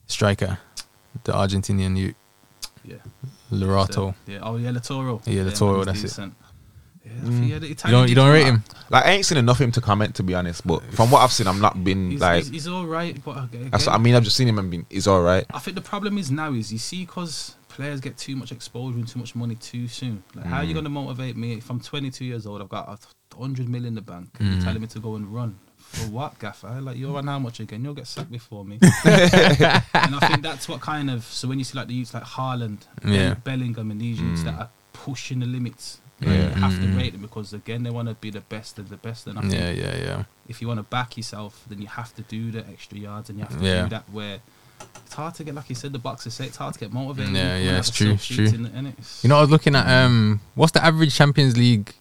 Striker, the Argentinian you yeah, Lorato. yeah. Oh yeah, Latoro. Yeah, Latoro, that's it. Mm. it. Yeah, I think, yeah, the You don't Italian you don't dude's rate not- him? Like I ain't seen enough of him to comment to be honest, but from what I've seen, I'm not been He's, like. he's, he's all right, but okay. that's again, what I mean, I've just seen him and been. He's all right. I think the problem is now is you see because players get too much exposure and too much money too soon. Like, how are Mm. you going to motivate me if I'm 22 years old? I've got a hundred million in the bank. and Mm. You're telling me to go and run for what, Gaffer? Like you're on how much again? You'll get sacked before me. and I think that's what kind of so when you see like the youths like Haaland, Yeah. Mm. Bellingham, and these youths that are pushing the limits. Yeah. You have to rate them because again they want to be the best of the best, and I think Mm-hmm. Yeah, yeah, yeah. if you want to back yourself, then you have to do the extra yards and you have to Yeah. do that where it's hard to get, like you said, the boxer say it's hard to get motivated. Yeah, You yeah, have it's a true, it's self-shoot true. in it, innit? It's- You know, I was looking at um, what's the average Champions League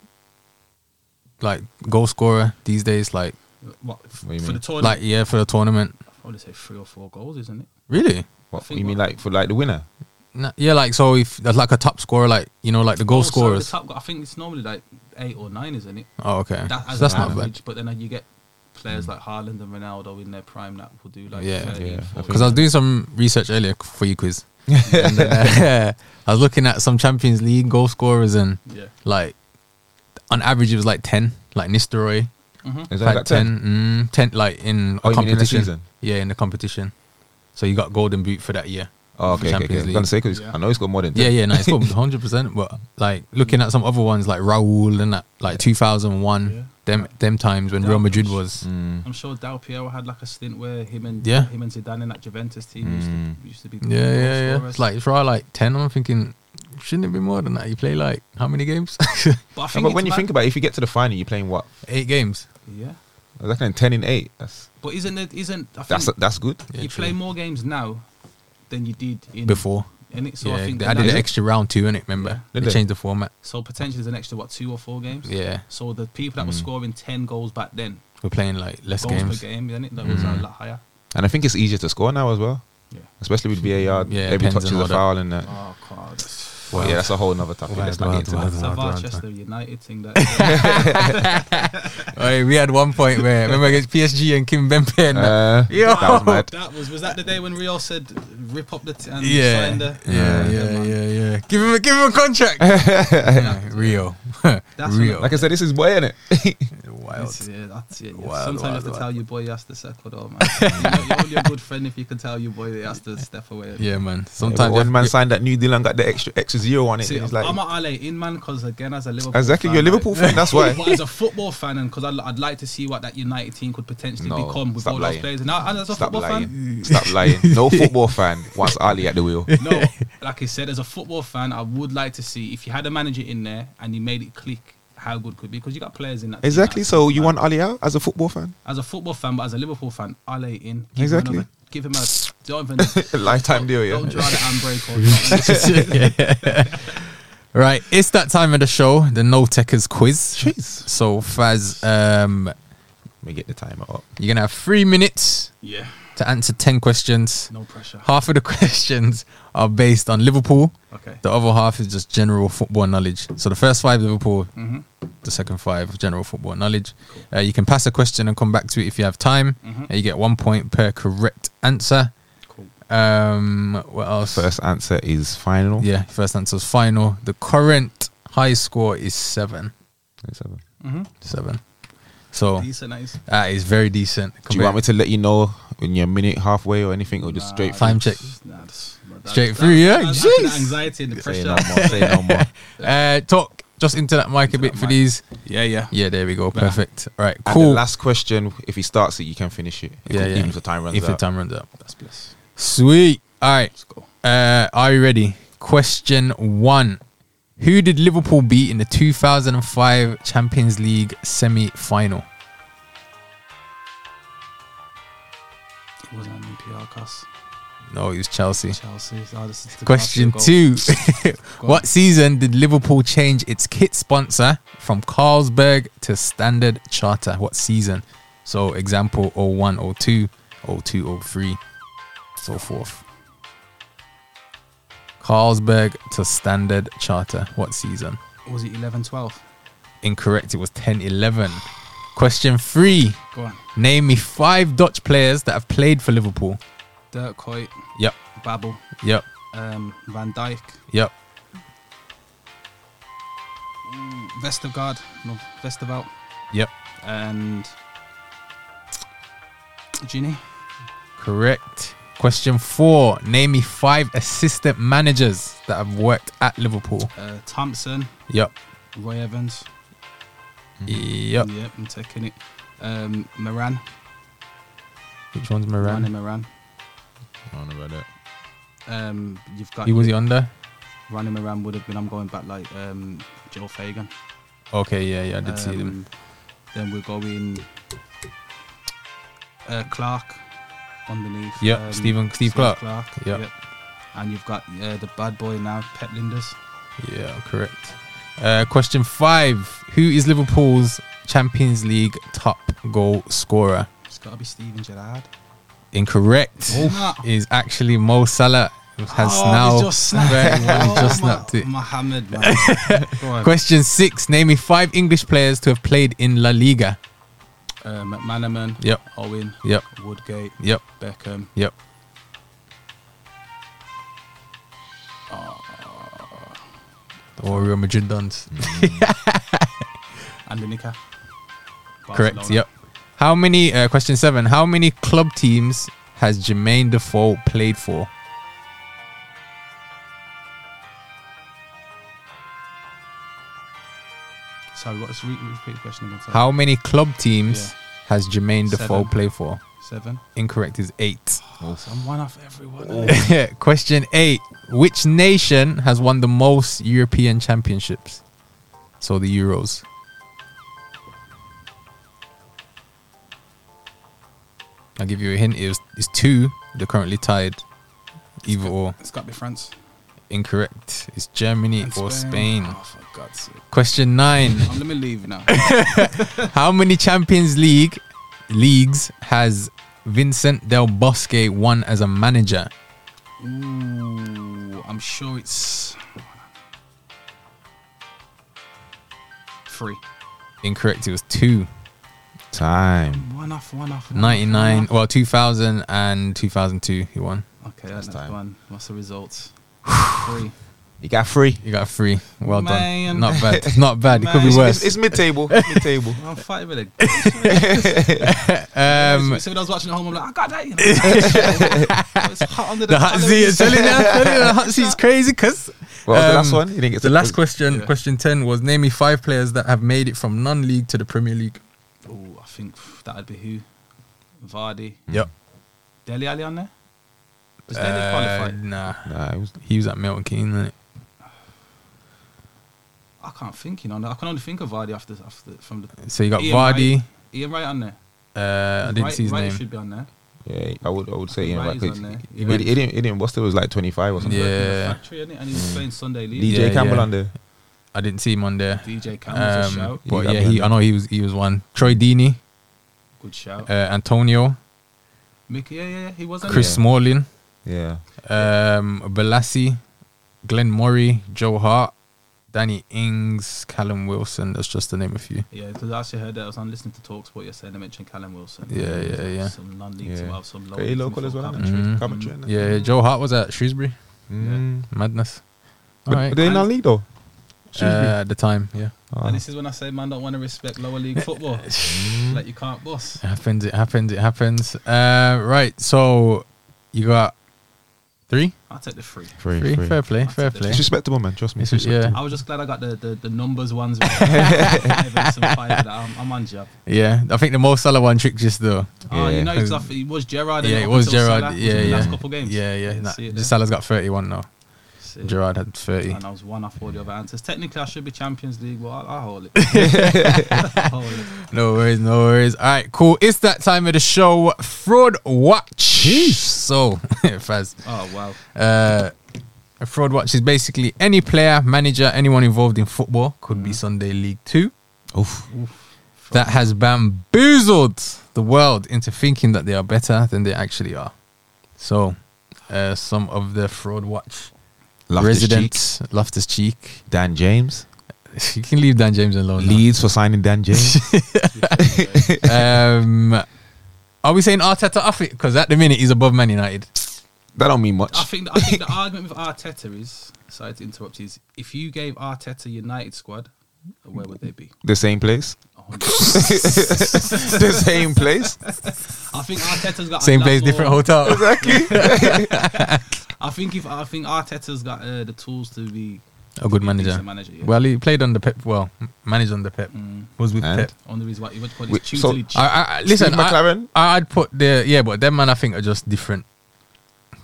like goal scorer these days? Like, what, f- What do you for mean? the tournament, like yeah, for the tournament. I probably say three or four goals, isn't it? Really? What think you mean, what- like for like the winner? Nah, yeah, like so if there's like a top scorer, like you know, like the goal Oh, sorry, the scorers. top, go- I think it's normally like eight or nine, isn't it? oh, okay. That, so as that's an not average, bad. Mm. but then you get players like Haaland and Ronaldo in their prime that will do like Yeah. 30, Yeah, I 40. Because I was doing some research earlier for your quiz. and, uh, I was looking at some Champions League goal scorers and yeah. like on average it was like ten, like Nistelrooy. Like Is that like 10? 10, mm, 10 like in Oh, a you mean in the competition. season? yeah, in the competition. So you got golden boot for that year. Oh, for okay, okay, okay. Champions I was League. gonna say 'cause Yeah. I know he's got more than. 10. Yeah, yeah, no, it's got 100%. But like looking at some other ones like Raul and that, like 2001, Yeah. them them times when Yeah, Real I'm Madrid sh- was. I'm sure Dal Piero had like a stint where him and Mm. Yeah. him and Zidane in that Juventus team used, to, used to be Yeah, yeah, goal yeah. scorers. It's like, it's right, like 10. I'm thinking, shouldn't it be more than that? You play like how many games? but, I uh, No, think but when it's you mad- think about it, if you get to the final, you're playing what? Eight games. yeah. That's like ten in eight. That's But isn't it? Isn't I think that's that's good. Yeah, you true. play more games now than you did in before. In it, so yeah, I think they that added that- an extra round two in it, remember? Did they they? changed the format. So potentially there's an extra what two or four games. Yeah. So the people that were scoring ten goals back then, We're playing like less goals Mm. games. Mm. per game, then it that was a lot higher. And I think it's easier to score now as well, Yeah. especially with VAR. Yeah, every pens touch and is all a that. foul and that. Oh god, that's But yeah, that's a whole nother topic. Let's not Wild, get into wild, that. that's wild, a wild, wild. Manchester United thing. That Oi, we had one point where remember against PSG and Kim Bempe and that? Uh, Yo. that was mad. that was was that the day when Rio said rip up the t- and yeah, sign the yeah, yeah, yeah, yeah. Give him a give him a contract. Yeah, Rio, That's Rio, Like I said, this is way in it. wild. It's- yeah, that's it. yeah. Wild, wild, Sometimes you have to wild. tell your boy he has to settle down, man. you're, you're only a good friend if you can tell your boy that he has to step away. Yeah, man. Sometimes Sometimes one man you- signed that new deal and got the extra extra zero on it. See, and he's like, I'm at Ale in man because again, as a Liverpool exactly, fan, you're a like- Liverpool fan. That's why. But as a football fan, and because I'd, I'd like to see what that United team could potentially No, become with stop all lying. those players. And, I, and as a Stop football fan, lying. Stop lying. No football fan wants Ali at the wheel. no, like I said, as a football fan, I would like to see if you had a manager in there and you made it click, how good could it be because you got players in that. team Exactly. that- So you want Ali out as a football fan? as a football fan, but as a Liverpool fan, Ale in. Give Exactly. Him another, give him a don't even Lifetime deal, yeah. Don't draw the handbrake or something. right, it's that time of the show, the No Techers quiz. Jeez. So Faz, um, Let me get the timer up. you're gonna have three minutes Yeah, to answer ten questions. no pressure. Half of the questions are based on Liverpool. Okay. The other half is just general football knowledge. So the first five Liverpool, Mhm. the second five general football knowledge. Uh, you can pass a question and come back to it if you have time. Uh, you get one point per correct answer. Cool. Um, what else? First answer is final. Yeah, first answer is final. The current high score is seven. Let's have a- Seven. So Decent, nice. that is very decent. Do you want me to let you know when you're a minute halfway or anything, or just straight? Time check. Nah, that's- nah, that's- Straight that's- through, yeah? that's after the Jeez. Anxiety and the Say pressure. no more. Say no more. Uh, talk just into that mic a Into bit that for mic. these. Yeah, yeah. Yeah, there we go. Perfect. All right, And cool. the last question: If he starts it, you can finish it. yeah, yeah. Even if the time runs if out. the time runs out. That's bliss. Sweet. All right. Let's go. Uh, are you ready? Question one. Who did Liverpool beat in the 2005 Champions League semi final? It wasn't an NPR cuss. No, it was Chelsea. Chelsea. Oh, this is the Question goal. two. Go what on. season did Liverpool change its kit sponsor from Carlsberg to Standard Charter? What season? So, example 01, 02, 02, 03, so forth. Carlsberg to Standard Charter. What season? Was it 11 12? Incorrect. It was 10 11. Question three. Go on. Name me five Dutch players that have played for Liverpool. Dirk Coit, Yep, Babel, yep, um, Van Dyke, yep. Vestergaard, no, Vesterveld, Yep. and Ginny. Correct. Question four. Name me five assistant managers that have worked at Liverpool. uh, Thompson, Yep. Roy Evans. Yep. Yep, I'm taking it. Um, Moran, Which one's Ronnie Moran? Moran. I don't know about that. Um, you've got He was he under? Ronnie Moran would have been. I'm going back like um, Joe Fagan. Okay, yeah, yeah, I did see them. Um, Then we're going uh, Clark underneath. um, Yep, Stephen- Steve Clark. Yep. And you've got uh, the bad boy now, Pet Linders. Yeah, correct. Uh, question five. Who is Liverpool's Champions League top goal scorer? It's got to be Steven Gerrard. Incorrect. Oh. Is actually Mo Salah has oh, now He's just snapped very it. well, he Oh, just Ma- snapped it. Mohamed, man. Go on. Question six. Name me five English players to have played in La Liga. Uh, McManaman. Yep. Owen. Yep. Woodgate. Yep. Beckham. Yep. Or Real Uh, Madrid dons. And Lineker. Correct. Barcelona. Yep. How many? Uh, question seven. How many club teams has Jermaine Defoe played for? Sorry, what's re- repeat the question again? sorry. How many club teams Yeah. has Jermaine Defoe Seven. played for? Seven. Incorrect is eight. So I'm one off everyone. Oh. question eight. Which nation has won the most European championships? So the Euros. I'll give you a hint. It was, it's two. They're currently tied. Either or. It's got to be France. Incorrect. It's Germany And or Spain. Oh, for God's sake. Question nine. Um, let me leave now. How many Champions League leagues has Vincent Del Bosque won as a manager? Ooh, I'm sure it's free. Incorrect. It was two. Time. One off, one off. one off, 99 one well 2000 and 2002 he won off. Okay, that's time. one. What's the results? Three. You got free. you got three well done Man. not bad not bad it could Man. be It's, worse it's, it's mid table. Mid table. I'm fighting with it. um so when I was watching at home, I'm like, I got that. You know, it's hot under the, the hot seat is calories. telling you, telling you the hot seat's crazy because Well, the last Um, one. You didn't get the to- last question Yeah. question 10 was name me five players that have made it from non-league to the premier league Ooh, I think pff, that'd be who? Vardy. Mm. yep Deli Ali on there? Was Deli uh, qualified? nah Nah, it was he was at Milton Keynes wasn't it? I can't think, you know. I can only think of Vardy after, after from the. so you got Ian Vardy Wright. Ian Wright on there. uh, I didn't Wright, see his Wright name should be on there. Yeah, I would I would say Ian Right, Wright. he's 'cause on there. He, he, he didn't he didn't Boston was like twenty five or something. Working in the Yeah. Mm. Factory, innit? And he was playing Sunday League. DJ Yeah, Campbell yeah. on there. I didn't see him on there DJ Cameron's a um, shout. but Yeah, yeah man. he, I know he was he was one Troy Deeney Good shout. uh, Antonio Mickey, yeah, yeah, yeah, he was on Chris Smalling, Yeah. um, Balassi, Glenn Murray, Joe Hart, Danny Ings, Callum Wilson. That's just to name a few. there. Yeah, because I actually heard that. I was on listening to Talksport yesterday and they mentioned Callum Wilson. Yeah, yeah, yeah. Some non league Yeah. well, some local. Pretty local as well. Coventry. Mm. Commentary. and that. Yeah, yeah, Joe Hart was at Shrewsbury. Mm. Madness. But, Alright. but they're not league though. Uh, at the time, yeah. Ah. And this is when I say, man, don't want to respect lower league football. like, you can't boss. It happens. It happens. It happens. Uh, right. So you got three, I'll take the three. Free, three. free. Fair play. Fair That's a play. It's respectable, man. Trust me. It's- yeah. I was just glad I got the, the, the numbers ones. right. Even some five of that. I'm, I'm on job. Yeah. I think the most Salah one tricked just though. Oh, you Yeah. know, it's off, it was Gerard. Yeah, and it up was until Gerard. Salah, yeah, was in yeah. The last couple games. Yeah, yeah. Didn't Nah, see just eh. it there. Salah's got thirty-one now. see. Gerard had 30. And I was one off all the other answers. Technically, I should be Champions League, but I'll, I'll hold it. I'll hold it. No worries, no worries. All right, cool. It's that time of the show. Fraud Watch. So, Faz, Oh, wow. uh, a fraud watch is basically any player, manager, anyone involved in football, could be Sunday League Two, that has bamboozled the world into thinking that they are better than they actually are. So, uh, some of the fraud watch residents, Loftus Cheek. Dan James. You can leave Dan James alone. now. Leeds for signing Dan James. Um, are we saying Arteta off it? Because at the minute he's above Man United. that don't mean much. I think, I think the argument with Arteta is, sorry to interrupt, is if you gave Arteta United squad, where would they be? The same place. A hundred- the same place. I think Arteta's got a Same lot place, more- different hotel. Exactly. I think if I think Arteta's got uh, the tools to be A good manager. decent manager, yeah. Well, he played under Pep. Well, managed under Pep. Was with And? Pep. on the reason why you would call Wait, it so- tutelage. I, I, I- listen, Steve McLaren? I, I'd put the yeah, but them man I think are just different.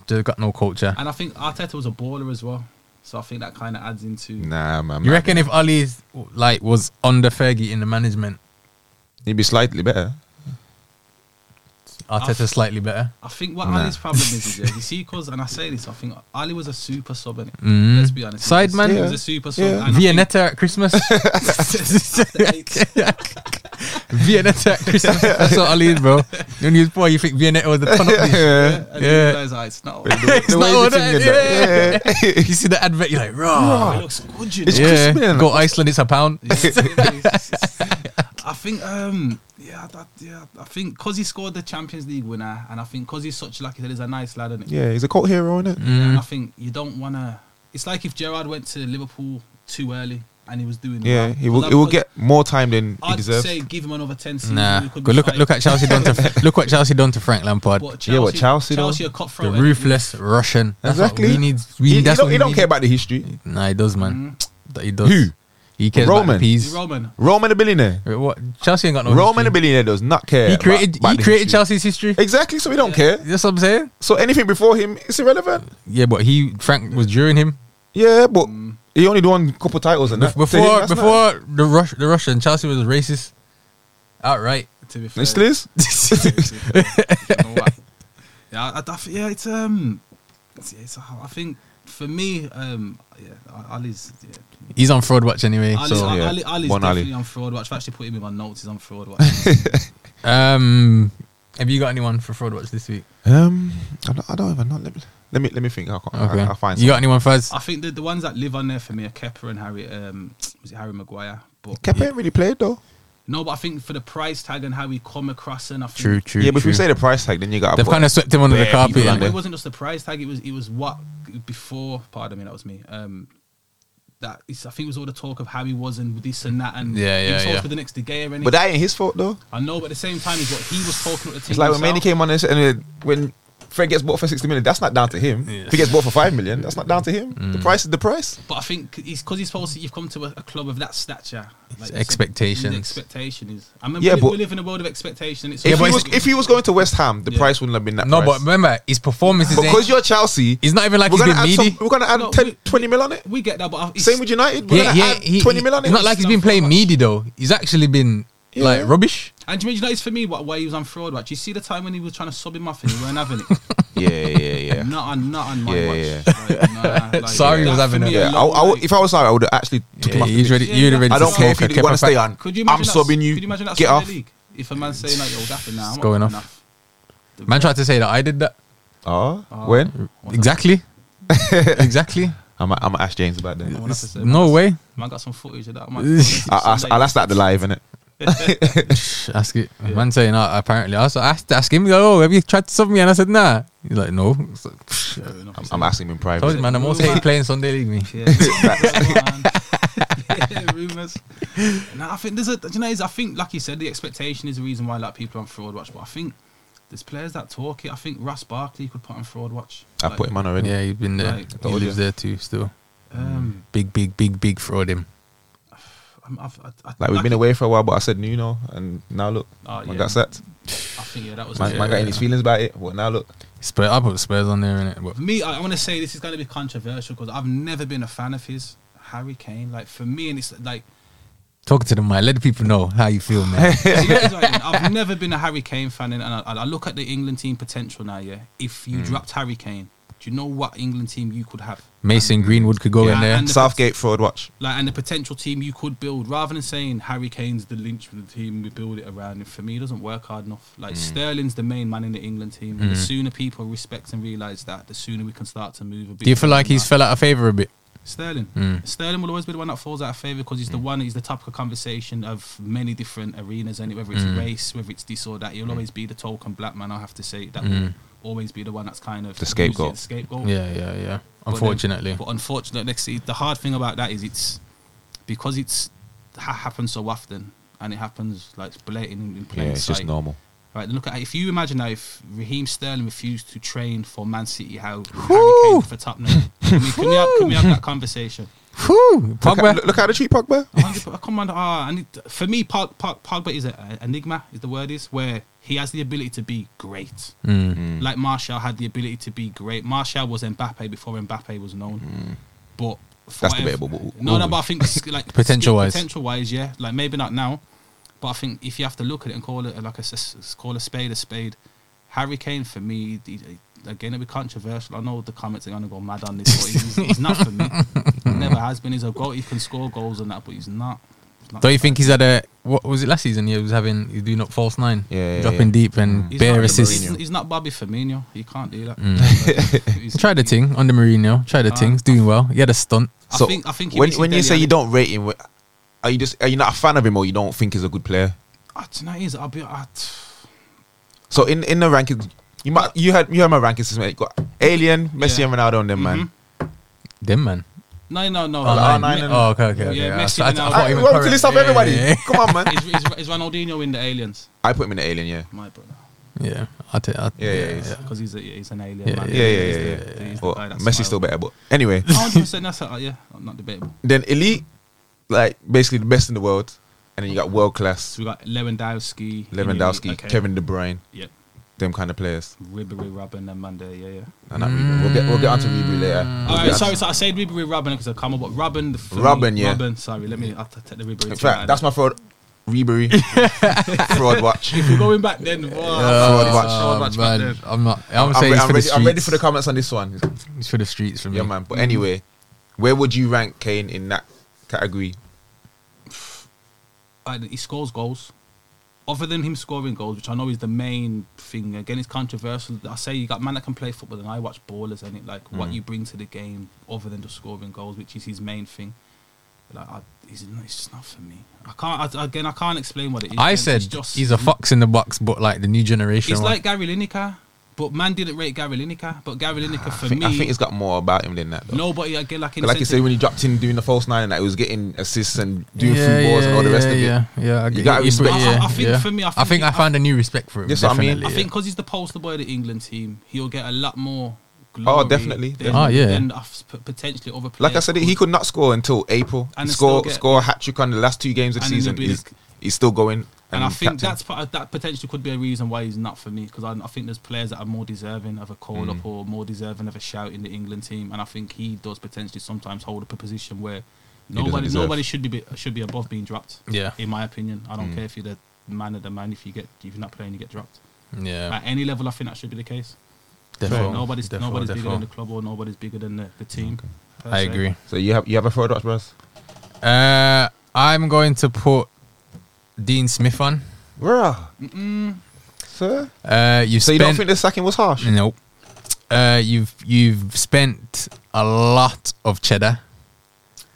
They've got no culture. and I think Arteta was a baller as well, so I think that kind of adds into. Nah, man. You reckon if Ollie's like was under Fergie in the management, he'd be slightly better? Arteta slightly better? I think what Nah. Ali's problem is, is yeah, you see, because and I say this, I think Ali was a super sub. Innit? Mm. Let's be honest, Side he was, man? he was Yeah. a super sub. Yeah. and I think Vianetta at Christmas. Vianetta at Christmas. That's what Ollie is, bro. When you was boy, you think Vianetta was the ton of fish. Yeah. And yeah. realize, ah, it's not. It It's The not way all the that, thing is yeah. You see the advert, you're like, raw. Oh, looks good, you know. It's Yeah, crispy, innit? go Iceland, it's a pound. I think, um, yeah, that, yeah, I think because he scored the Champions League winner, and I think because he's such, like you said, he's a nice lad, and Yeah, he's a cult hero, innit? Mm. and I think you don't want to. It's like if Gerard went to Liverpool too early and he was doing. Yeah, well. he will. Because He will I'd- get more time than he I'd deserves. say give him another ten seasons. Nah, we could go be look at fine. look at Chelsea done to look what Chelsea done to Frank Lampard. But Chelsea, Yeah, what Chelsea though? Chelsea are the cutthroat. eh? ruthless Russian. That's Exactly. What we need. We, He, he that's don't, what he we don't need. Mm. care about the history. Nah, he does, man. He does. Who? He cares about Roman. the peas. Roman. Roman the billionaire. What? Chelsea ain't got no. Roman the history. billionaire does not care. He about- created. about he the created history. Chelsea's history. Exactly. So we don't care. That's what I'm saying. So anything before him is irrelevant. Yeah, but he Frank was during him Yeah, but he only won a couple titles and that. To him, before that's before the rush the Russian Chelsea was racist. Outright. To be not- fair, It still is. You know what? yeah, I, I, yeah, it's um, it's, it's, I think for me, um, yeah, Ali's. Yeah. He's on fraud watch anyway. Ali's, so yeah, Ali, Ali's one Ali. definitely on fraud watch. I've actually put him in my notes. He's on fraud watch. um, have you got anyone for fraud watch this week? Um, I don't, I don't even know. Let me let me, let me think. I'll, Okay. I'll, I'll find. Uh, you got anyone first? I think the, the ones that live on there for me are Kepper and Harry. Um, was it Harry Maguire? But Kepa ain't really played though. no, but I think for the price tag and how he come across, and I think True, true. yeah, but if true. you say the price tag, then you got. they've kind of swept him under the bare carpet. people Like, haven't under. it they? wasn't just the price tag. It was it was what before. Pardon me, that was me. Um, that is, I think it was all the talk of how he was and this and that, and Yeah, he yeah, was yeah. for the next De Gea. And But that ain't his fault though. I know, but at the same time, is what he was talking at the team. It's like when Manny himself. came on and said, and when Fred gets bought for 60 million, that's not down to him. If he gets bought for 5 million, that's not down to him. Mm. The price is the price. But I think he's because he's supposed to. You've come to a, a club of that stature. Like, so expectations. The expectation is. I remember Yeah, we, but- we live in a world of expectation. It's If, but he it's- was, if he was going to West Ham, the Yeah. price wouldn't have been that No, price. but remember his performances. ain't- because you're Chelsea, He's not even like we're he's going been to add, needy. some, we're gonna add No, 10, we- 20 mil on it. we get that, but I- Same with United. We're yeah, going to yeah. add He, 20 he- mil on it. it's not like he's He's been done playing fraud. needy though. He's actually been like Yeah. rubbish. And do you know it's for me what why he was on fraud watch? You see the time when he was trying to sub him off and he weren't having it. yeah, yeah, yeah. Not on, not on my Yeah, watch. yeah. Like, nah, like, Sorry he that was for having me it. yeah. I, alone, I would- like- if I was sorry, I would have actually took him Yeah, off the he's pitch. ready. Yeah, You're yeah. ready. I to don't care if smoke you a want Kepa to stay back. on. Could you I'm imagine that, subbing you. Could you imagine that Get Sunday off. League? If a man saying like, "Yo, that's now," I'm not going off. enough. The- Man tried to say that I did that. Ah? Oh, when? Exactly. exactly. I'm at, I'm at Ash James about that. I wanna have to say, No man, way. Man got some footage of that. Man. I, I, I'll ask that at the live, innit? Ask it. Man saying that apparently. I was I asked ask him, oh, have you tried to sub me? And I said, nah. He's like, no. It's like, psh, Fair enough. I'm, I'm asking him in I told you, private. man, I'm also hated playing Sunday League, me. Yeah, yeah rumors. Now I think there's a, do you know, is I think like you said, the expectation is the reason why like people are on fraud watch. But I think there's players that talk it. I think Ross Barkley could put on fraud watch. I Like, put him on already. Yeah, he's been there. Right. he lives there too, still. Um, Big, big, big, big fraud him. I'm, I've, I, I, Like we've been away for a while, but I said Nuno, and now look, Ah, Oh, man yeah. got sacked. I think yeah, that was. Oh, Man, yeah, man got any feelings about it? Well, now look. Spurs, I put Spurs on there in it. But Me, I, want to say this is going to be controversial because I've never been a fan of his Harry Kane. Like for me, and it's like talking to the mic, let the people know how you feel, man. See, that's what I mean. I've never been a Harry Kane fan, and and I, I look at the England team potential now. Yeah, if Mm. you dropped Harry Kane, do you know what England team you could have? Mason Greenwood could go Yeah, in there. and- the- Southgate forward watch. Like, and the potential team you could build, rather than saying Harry Kane's the Lynch of the team, we build it around. him. For me, it doesn't work hard enough. Mm. Like Sterling's the main man in the England team. And the sooner people respect and realize that, the sooner we can start to move. A bit Do you feel further like than he's that. fell out of favour a bit? Sterling. Hmm. Sterling will always be the one that falls out of favour because he's the one. He's the topic of conversation of many different arenas, and whether Hmm. it's race, whether it's this or that, he'll always be the token black man. I have to say that will always be the one that's kind of Hmm. The scapegoat. the scapegoat. Yeah, yeah, yeah. Oh. But then- Unfortunately. but unfortunately, next see, the hard thing about that is it's because it's ha- happens so often, and it happens like blatant in, in plain sight. normal. Right, look at if you imagine now if Raheem Sterling refused to train for Man City, how Harry Whew. Kane for Tottenham? Can we, can we, have, can we have that conversation? Whew, Look, Pogba. at- look- look how they treat Pogba. I wonder- I Come on, ah, and it- for me, Pog, Pog, Pogba is an enigma. Is the word is where he has the ability to be great, Mm. like Martial had the ability to be great. Martial was Mbappe before Mbappe was known, but for Mm. That's whatever- debatable, but- No, no, but I think s- like Potential wise. potential wise, yeah, like maybe not now, but I think if you have to look at it and call it like a s- s- call a spade a spade, Harry Kane for me. he- he- Again, it'll be controversial. I know the comments are going to go mad on this, but he's, he's not for me. Never has been. He's a goal. He can score goals and that, but he's not. he's not Don't you think he's had a what was it last season? He was having he doing up false nine, Yeah, yeah, dropping yeah. deep and Mm. He's bare not- assists. He's, he's not Bobby Firmino. He can't do that. Mm. He's- Tried the he- thing under Mourinho. Tried the Uh, thing. He's doing well. He had a stunt. I think- I think he when basically when you did say the- you don't rate him, wh- are you just are you not a fan of him or you don't think he's a good player? I don't Ah, know. He's. I'll be. I, So in in the rankings, you might you had you had my rankings system. You got Alien, Messi, Yeah. Mm-hmm. and Ronaldo on them, man. Them man. no, no, no. Oh, like- no. nine Me- and- oh, okay, okay, okay. Yeah, I- Messi, I- I Ronaldo. thought I- you I, were we want to list up correct. everybody. Yeah, yeah, Come on, man. Is, is, is Ronaldinho in the Aliens? I put him in the Alien. Yeah, My brother. yeah. yeah. I'll take- I'll- Yeah, yeah, yeah. Because he's a, he's an alien. Yeah, man. yeah, yeah, He's yeah, the- yeah. he's the Well, guy that Messi's smiled. still better, but anyway. 100% that's uh, yeah, not debatable. then elite, like basically the best in the world, and then you got world class So we got Lewandowski, Lewandowski, Okay. Kevin De Bruyne, yeah, them kind of players. Ribery, Robin, and Monday, yeah, yeah. And that Ribery. we'll get we'll get onto Ribery later. Mm. All We'll right, get sorry, onto- so I said Ribery, Robin because I come up, but Robin, the for Robin, me, yeah. Robin, sorry, let me I'll t- take the Ribery. In fact, that's my fraud. Ribery, fraud watch. We're going back then. wow. Fraud watch. Oh, Fraud watch back man, then. I'm not. I'm, I'm, saying re- it's for I'm the ready, streets. I'm ready for the comments on this one. It's for the streets for me. Yeah, man. But anyway, where would you rank Kane in that category? Like, uh, he scores goals. Other than him scoring goals, which I know is the main thing, again, it's controversial. I say you got man that can play football, and I watch ballers, and it like Mm. what you bring to the game, other than just scoring goals, which is his main thing. Like, I, he's, it's just not for me. I can't I, again. I can't explain what it is. I It's said just- he's a fox in the box, but like the new generation. It's one. like Gary Lineker, but man didn't rate Gary Lineker. But Gary Lineker I for think, me, I think it's got more about him than that. Though. nobody again like in the like you sense of- say, when he dropped in doing the false nine, and that he was getting assists and doing through balls and all the rest yeah, of it. yeah, Yeah, I get gotta it. respect- Yeah, I- I- I think yeah. for me, I I think think he- I found a new respect for him. That's what I definitely. mean. I think because he's the poster boy of the England team, he'll get a lot more. Glory Oh, definitely, Than, definitely. Oh, yeah. Than us p- potentially other players. Like I said, he could not score until April. And score still get- score a hat trick on the last two games of the And then season. he'll be He's, the- he's still going. And I think captain. that's part of, that potentially could be a reason why he's not for me because I, I think there's players that are more deserving of a call Mm. up or more deserving of a shout in the England team, and I think he does potentially sometimes hold up a position where doesn't nobody deserve. nobody should be should be above being dropped. Yeah. in my opinion, I Mm. don't care if you're the man of the man. If you get if you're not playing, you get dropped Yeah, at any level. I think that should be the case. defo, nobody's defo, nobody's bigger defo. than the club or nobody's bigger than the, the team. per I se. agree. so. You have you have a third watch, bros? Uh, I'm going to put Dean Smith on. Bro, sir. Uh, you So you don't spent think the sacking was harsh? nope. Uh, you've you've spent a lot of cheddar.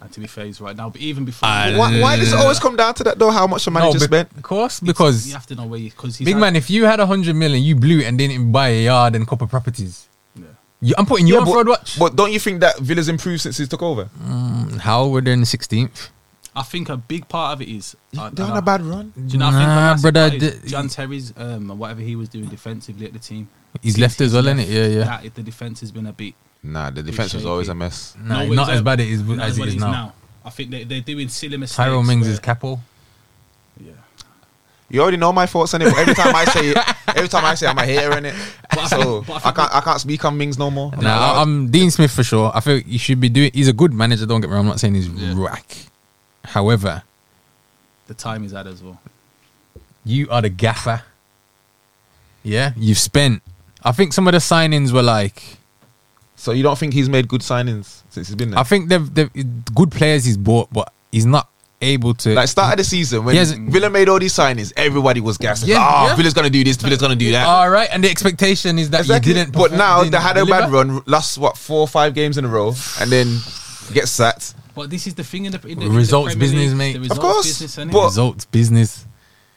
And to be fair, he's right now. But even before, I you Why, why does it always come down to that though? How much a manager be- spent? of course, because have to know where because he's big had- man, if you had a hundred million, you blew it and didn't even buy a yard and couple properties. Yeah. You, I'm putting you on but, fraud watch. but don't you think that Villa's improved since he took over? How we're in sixteenth. I think a big part of it is. I- They're I on know- a bad run. Do you know, I think a Nah, massive brother, part is the- John Terry's um, and whatever he was doing defensively at the team. He's Since left as well, innit? left, Yeah, yeah. That the defense has been a bit. Nah, the defense was always a mess. No, it's not as a- bad it is- not as it bad is now. I think they, they're doing silly mistakes. Tyrone Mings is where- capo. Yeah. You already know my thoughts on it. But every time I say it, every time I say, it, I'm a hater in it. But I think- So but I think- I can't, I can't speak on Mings no more. I'm Nah, not allowed. I- I'm Dean Smith for sure. I feel you should be doing. He's a good manager. Don't get me wrong. I'm not saying he's Yeah. rack. However, The time is at as well. you are the gaffer. Yeah, you've spent. I think some of the signings were like. so you don't think he's made good signings since he's been there? I think they've, they've good players he's bought, but he's not able to. Like start of the season when He hasn't- Villa made all these signings, everybody was gassing. Yeah, oh, yeah. Villa's gonna do this. Villa's gonna do that. all right, and the expectation is that Exactly. you didn't. But perform, now didn't they had a bad deliver. run, lost what four or five games in a row, and then get sacked. But this is the thing in the, in the Results in the Premier business, League, mate. the Of results course, business, innit? but- Results business.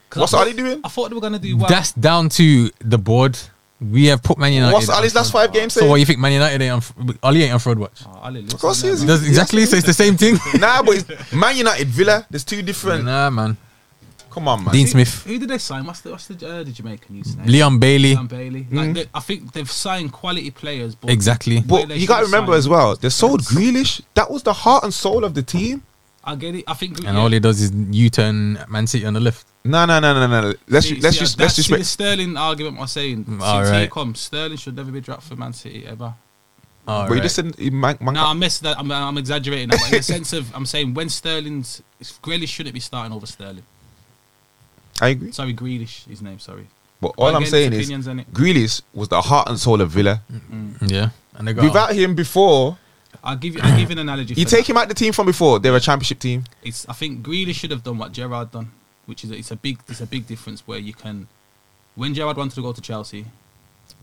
'Cause What's I thought- Ali doing? I thought they were gonna do well. That's down to the board. We have put Man United. What's Ali's last five games So saying? what you think Man United ain't on? f- Ali ain't on fraud watch. Oh, Ali of course he listen, is. Does, exactly. So it's the same thing. nah, but it's Man United, Villa. There's two different. nah, man. Come on, man. Dean Who- Smith, Who, did they sign? What's the, what's the, uh, the Jamaican you signed? Leon Bailey. Leon Bailey. Like, Mm. they- I think they've signed quality players. But Exactly. where But they you got to should've remember signed- as well, they sold Grealish. That was the heart and soul of the team. I get it. I think. And all he does is U-turn Man City on the left. No, no, no, no, no. Let's See- let's see, just that's- let's see just Mm, the Sterling argument. I'm saying since all he right. come, Sterling should never be dropped for Man City ever. All But you right. just said he man, man No, I missed that. I'm, I'm exaggerating. That, but in the sense of, I'm saying when Sterling's Grealish shouldn't be starting over Sterling. I agree. Sorry, Grealish, his name. Sorry. But all I'm again, saying is it's opinions, innit? Grealish was the heart and soul of Villa. yeah. And they got Without him before, I'll give you. I'll give you an analogy. you for take that. him out the team from before, they're a championship team. It's. I think Grealish should have done what Gerard done, which is it's a big. It's a big difference where you can. When Gerard wanted to go to Chelsea,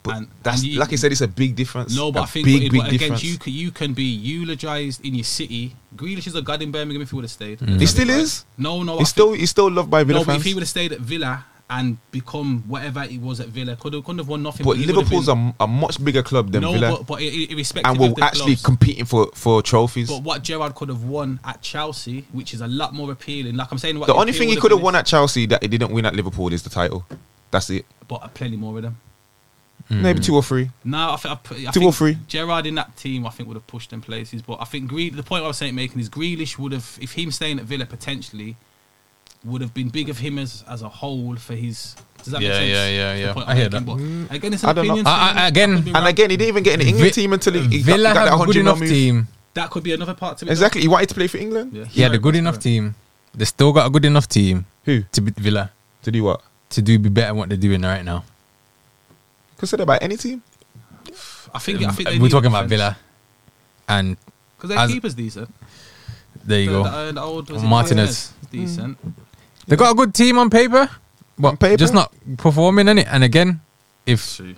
But And- that's and you- like I said, it's a big difference. No, but a I think big, but, big but again, difference. you can, you can be eulogised in your city. Grealish is a god in Birmingham if he would have stayed. He still is. No, no, I He's still he's still loved by think- Villa no. But if fans. he would have stayed at Villa and become whatever he was at Villa, could have couldn't have won nothing. but he would have Liverpool's been- a, a much bigger club than no, Villa, but, but i- i- irrespective and we're of the actually clubs, competing for for trophies. but what Gerard could have won at Chelsea, which is a lot more appealing. Like I'm saying, what the only thing he would could have been won is- at Chelsea that he didn't win at Liverpool is the title. That's it. but plenty more of them. Hmm. Maybe two or three. No, I think I, put- I Two think or three. Gerard in that team, I think would have pushed them places. But I think Greed, the point I was saying making is Grealish would have, if him staying at Villa potentially, would have been big of him as as a whole for his. Does that Yeah, make sense? yeah, yeah, The yeah. point I I'm hear making, but Again, it's an Mm. I don't know. opinion. I- I- thing. Uh, again- That could be And wrong. again, he didn't even get in the England team until he, he Villa got, he have got that a good 100 enough move. team. that could be another part to it. Exactly. He wanted to play for England. Yeah, He had a good Sorry, enough sorry. team. They still got a good enough team Who? to beat Villa To do what? to do be better than what they're doing right now. Considered by any team? I think. I think they Um, We're need talking about defense. Villa, and because their As- keeper's decent. there you The- go. the- the old- was it Martinez. Martinez? decent. They got a good team on paper, but On paper? just not performing in it. And again, if Mm. True.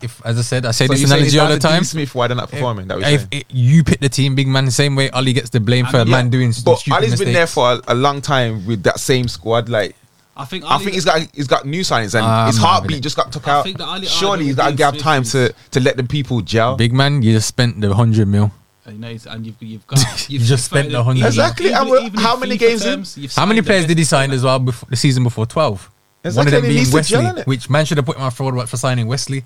if as I said, I say So this you're saying it's analogy all down the to Dean time. Smith, why they're not performing? That was If it, you pick the team, big man, the same way Ollie gets the blame for a And- man doing But stupid Ali's mistakes. been there for a, a long time with that same squad. Like I think. I think he's got he's got new signings and Ah, his man, heartbeat really. just got took I out. think the Ali Surely argument he's got to with give Dean time Smith to to let the people gel. big man, you just spent the hundred mil. And, you know, and you've, you've got. You just spent the hundred. Exactly, and we're- how many games in? How many players did he sign as well before the season before twelve? One Exactly, of them and he being needs to gel, Wesley, innit? which man should have put him on fraud watch for signing Wesley.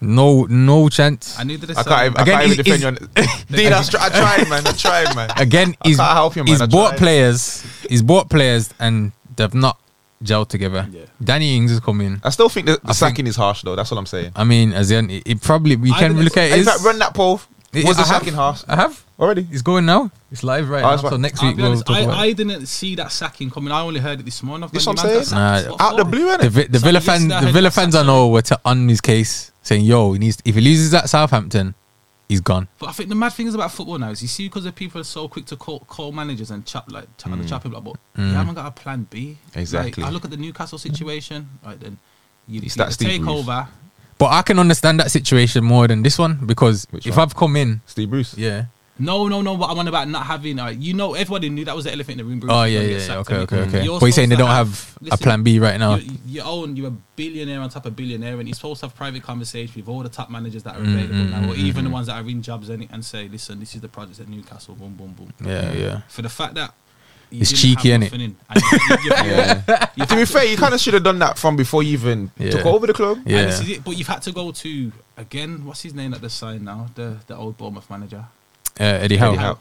No, no chance. I needed a I can't, Again, even, I can't he- even defend you. On, Dean, I, tr- I tried, man. I tried, man. Again, he's, can't help you, man. he's I bought tried. players. He's bought players, and they've not gelled together. Yeah. Danny Ings has come in. I still think the, the think- sacking is harsh, though. That's what I'm saying. I mean, as in, it, it probably we I can think look at it. In is- fact, run that poll. it- Was I the have- sacking harsh I have. already? It's going now. It's live right Oh, now. it's So right. next I'll week be we'll honest, talk I, about. it. I didn't see that sacking coming. I only heard it this morning. I've This got what your I'm man saying. got sacked. Nah, What Out the for? blue, The, innit? Vi- the Sorry, Villa yesterday fan, I the heard Villa about fans I Sancho. know were to, on his case, saying, "Yo, he needs. If he loses at Southampton, he's gone." But I think the mad thing is about football now is you see because the people are so quick to call, call managers and chat like chat Mm. on the chopping block, but you haven't got a plan B. Like, Exactly. I look at the Newcastle situation. Right then, you, you that Steve take Bruce. over. But I can understand that situation more than this one because Which if one? I've come in, Steve Bruce. yeah, No, no, no. What I'm on about not having, uh, you know, everybody knew that was the elephant in the room. Bruce oh was yeah, gonna yeah, get yeah, sacked okay, anyway. okay, okay. You're But you're saying they supposed don't to have a listen, plan B right now. you, you own you're a billionaire on top of billionaire and you're supposed to have private conversations with all the top managers that are Mm, available now or even the ones that are in jobs and, and say listen this is the project at Newcastle boom boom boom Yeah, yeah. for the fact that you It's didn't cheeky, have innit? nothing in, and you- you- you- you've To had be fair, you kind of should have done that from before you even Yeah. took over the club. Yeah. and this is it, but you've had to go to again what's his name at the sign now the the old Bournemouth manager Uh, Eddie Howe. Eddie Howe.